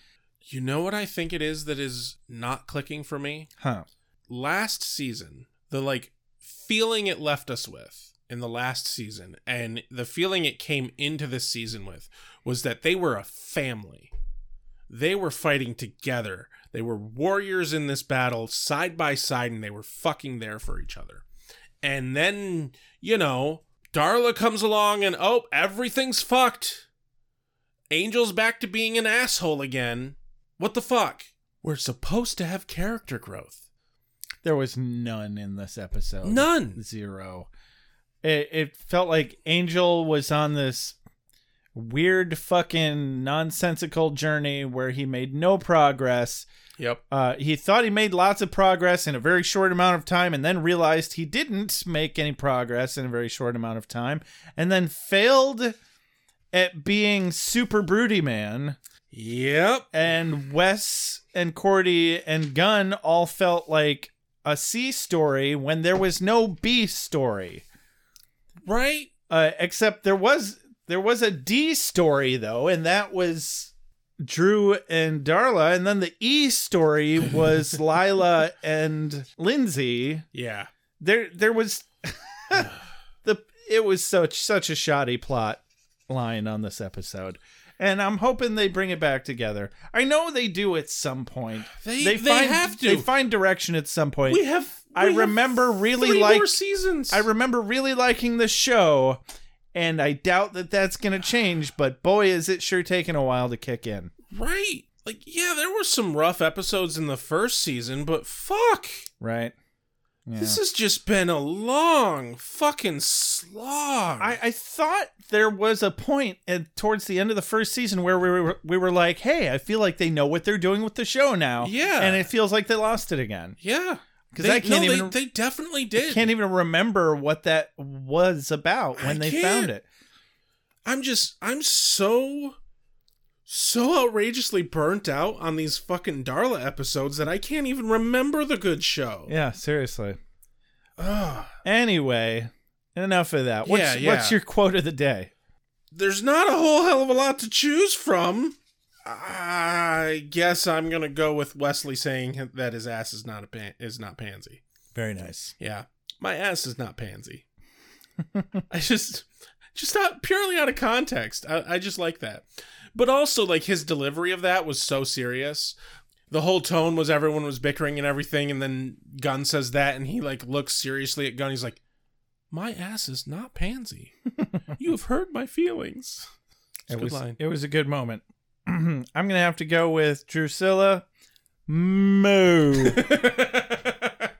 Speaker 7: You know what I think it is that is not clicking for me?
Speaker 6: Huh.
Speaker 7: Last season, the like feeling it left us with in the last season and the feeling it came into this season with was that they were a family. They were fighting together. They were warriors in this battle side by side and they were fucking there for each other. And then, you know, Darla comes along and oh, everything's fucked. Angel's back to being an asshole again. What the fuck? We're supposed to have character growth.
Speaker 6: There was none in this episode.
Speaker 7: None.
Speaker 6: Zero. It, it felt like Angel was on this weird fucking nonsensical journey where he made no progress.
Speaker 7: Yep.
Speaker 6: Uh, he thought he made lots of progress in a very short amount of time and then realized he didn't make any progress in a very short amount of time and then failed at being super broody man.
Speaker 7: Yep.
Speaker 6: And Wes and Cordy and Gunn all felt like a C story when there was no B story.
Speaker 7: right?
Speaker 6: Uh, except there was there was a D story though, and that was Drew and Darla, and then the E story was Lila and Lindsay.
Speaker 7: Yeah,
Speaker 6: there there was the it was such such a shoddy plot line on this episode. And I'm hoping they bring it back together. I know they do at some point.
Speaker 7: They- they
Speaker 6: find,
Speaker 7: have to.
Speaker 6: They find direction at some point.
Speaker 7: We have-
Speaker 6: I
Speaker 7: we have
Speaker 6: remember really
Speaker 7: three more
Speaker 6: like
Speaker 7: seasons.
Speaker 6: I remember really liking the show, and I doubt that that's going to change. But boy, is it sure taking a while to kick in.
Speaker 7: Right. Like, yeah, there were some rough episodes in the first season, but fuck.
Speaker 6: Right.
Speaker 7: This has just been a long fucking slog.
Speaker 6: I, I thought there was a point at, towards the end of the first season where we were we were like, "Hey, I feel like they know what they're doing with the show now."
Speaker 7: Yeah.
Speaker 6: and it feels like they lost it again.
Speaker 7: yeah.
Speaker 6: 'Cause
Speaker 7: They-
Speaker 6: I can't
Speaker 7: no,
Speaker 6: even-
Speaker 7: They, they definitely
Speaker 6: I
Speaker 7: did.
Speaker 6: can't even remember what that was about when
Speaker 7: I
Speaker 6: they
Speaker 7: can't.
Speaker 6: found it.
Speaker 7: I'm just, I'm so, so outrageously burnt out on these fucking Darla episodes that I can't even remember the good show.
Speaker 6: Yeah, seriously.
Speaker 7: Ugh.
Speaker 6: Anyway, enough of that. What's,
Speaker 7: Yeah, yeah.
Speaker 6: what's your quote of the day?
Speaker 7: there's not a whole hell of a lot to choose from. I guess I'm gonna go with Wesley saying that his ass is not a pan- is not pansy.
Speaker 6: Very nice.
Speaker 7: Yeah, my ass is not pansy. I just just not purely out of context. I, I just like that, but also like his delivery of that was so serious. The whole tone was everyone was bickering and everything, and then Gunn says that, and he like looks seriously at Gunn. He's like, "My ass is not pansy. you have hurt my feelings." It's a
Speaker 6: It
Speaker 7: good
Speaker 6: was,
Speaker 7: line.
Speaker 6: it was a good moment. I'm gonna have to go with Drusilla. Moo.
Speaker 7: the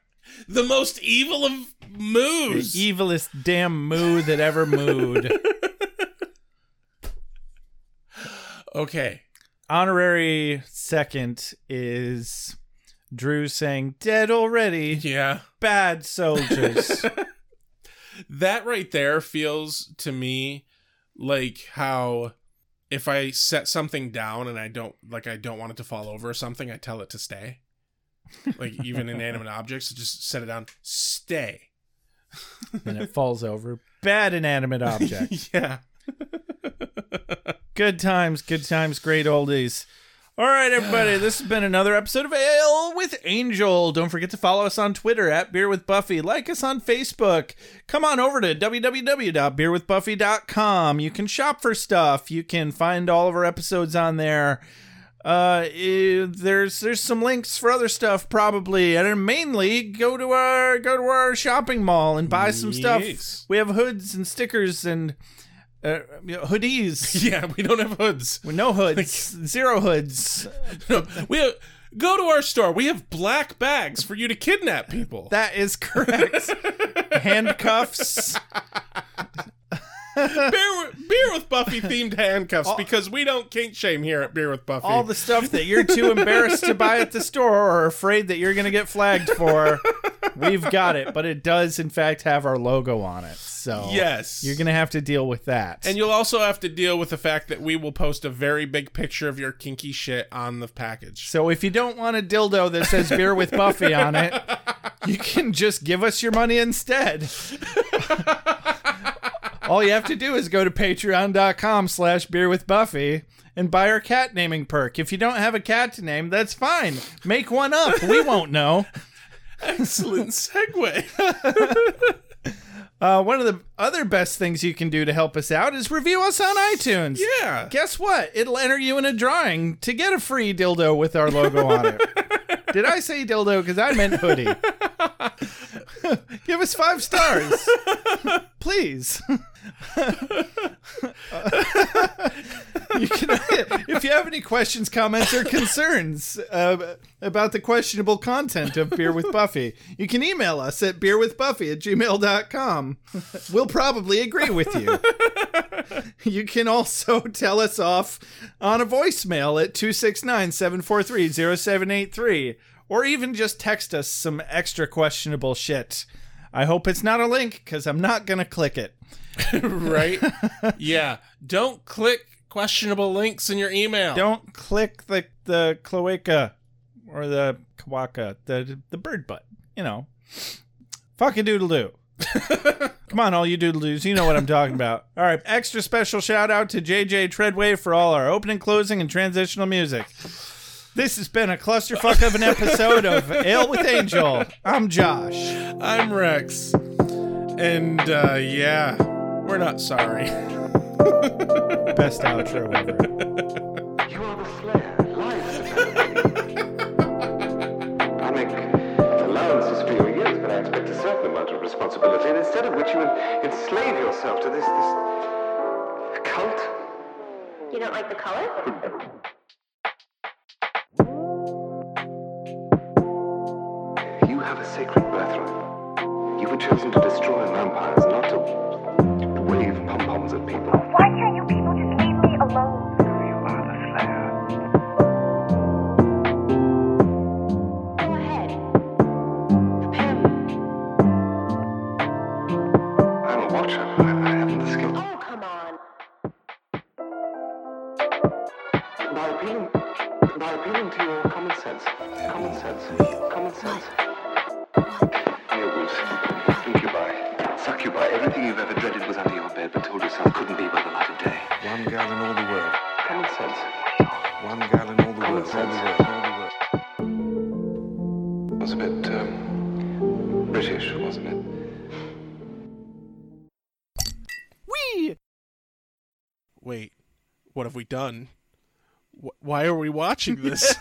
Speaker 7: most evil of
Speaker 6: the
Speaker 7: moves.
Speaker 6: evilest damn moo that ever mooed.
Speaker 7: okay.
Speaker 6: Honorary second is Drew saying, Dead already.
Speaker 7: Yeah.
Speaker 6: Bad soldiers.
Speaker 7: That right there feels to me like how if I set something down and I don't like I don't want it to fall over or something, I tell it to stay. Like even inanimate objects, just set it down, stay.
Speaker 6: and it falls over. Bad inanimate object.
Speaker 7: Yeah.
Speaker 6: Good times, good times, great oldies. All right, everybody, this has been another episode of Ale with Angel. Don't forget to follow us on Twitter at Beer with Buffy. Like us on Facebook. Come on over to www.beerwithbuffy.com. You can shop for stuff. You can find all of our episodes on there. Uh, eh, there's there's some links for other stuff probably, and then mainly go to our go to our shopping mall and buy some
Speaker 7: Yes.
Speaker 6: stuff. We have hoods and stickers and uh, you know, hoodies.
Speaker 7: Yeah, we don't have hoods.
Speaker 6: With no hoods, zero hoods.
Speaker 7: No, we have, go to our store. We have black bags for you to kidnap people.
Speaker 6: That is correct. Handcuffs.
Speaker 7: beer, with- beer with Buffy themed handcuffs because we don't kink shame here at Beer with Buffy.
Speaker 6: All the stuff that you're too embarrassed to buy at the store or afraid that you're going to get flagged for. We've got it, but it does, in fact, have our logo on it. So
Speaker 7: Yes.
Speaker 6: you're going to have to deal with that.
Speaker 7: and you'll also have to deal with the fact that we will post a very big picture of your kinky shit on the package.
Speaker 6: so if you don't want a dildo that says beer with Buffy on it, you can just give us your money instead. All you have to do is go to patreon.com slash beer with Buffy and buy our cat naming perk. If you don't have a cat to name, that's fine. Make one up. We won't know.
Speaker 7: Excellent segue.
Speaker 6: Uh, one of the other best things you can do to help us out is review us on iTunes.
Speaker 7: yeah.
Speaker 6: Guess what? It'll enter you in a drawing to get a free dildo with our logo on it. Did I say dildo? Because I meant hoodie. Give us five stars. Please. you can, if you have any questions, comments, or concerns uh, about the questionable content of Beer with Buffy, you can email us at beerwithbuffy at gmail.com. We'll probably agree with you. You can also tell us off on a voicemail at 269 743 0783 or even just text us some extra questionable shit. I hope it's not a link because I'm not going to click it.
Speaker 7: Right? yeah. Don't click questionable links in your email.
Speaker 6: Don't click the, the cloaca or the kawaka, the, the bird butt, you know. Fuck a doodle doo. Come on, all you doodle-doos, you know what I'm talking about. All right, extra special shout out to JJ Treadway for all our opening, closing, and transitional music. This has been a clusterfuck of an episode of Ale with Angel. I'm Josh.
Speaker 7: I'm Rex. And uh, yeah, we're not sorry.
Speaker 6: Best outro ever.
Speaker 13: I make allowances for your years, but I expect a certain amount of responsibility, and instead of which you en- enslave yourself to this, this cult.
Speaker 14: You don't like the color?
Speaker 13: You have a sacred birthright. You were chosen to destroy vampires, not to to wave pom-poms at people.
Speaker 14: Why can't you people just leave me alone?
Speaker 13: I'm a watcher. I, I haven't the skill. Oh,
Speaker 14: come on.
Speaker 13: By appealing, by appealing to your common sense. Common sense. Common sense. Werewolves. Incubi. Succubi. Everything you've ever dreaded was under your bed, but told yourself couldn't be by the light of day. One girl in all the world. Common sense. One girl in all the world. All the world. All the world. It was a bit um, British, wasn't it?
Speaker 7: Wee! Wait, what have we done? Wh- why are we watching this?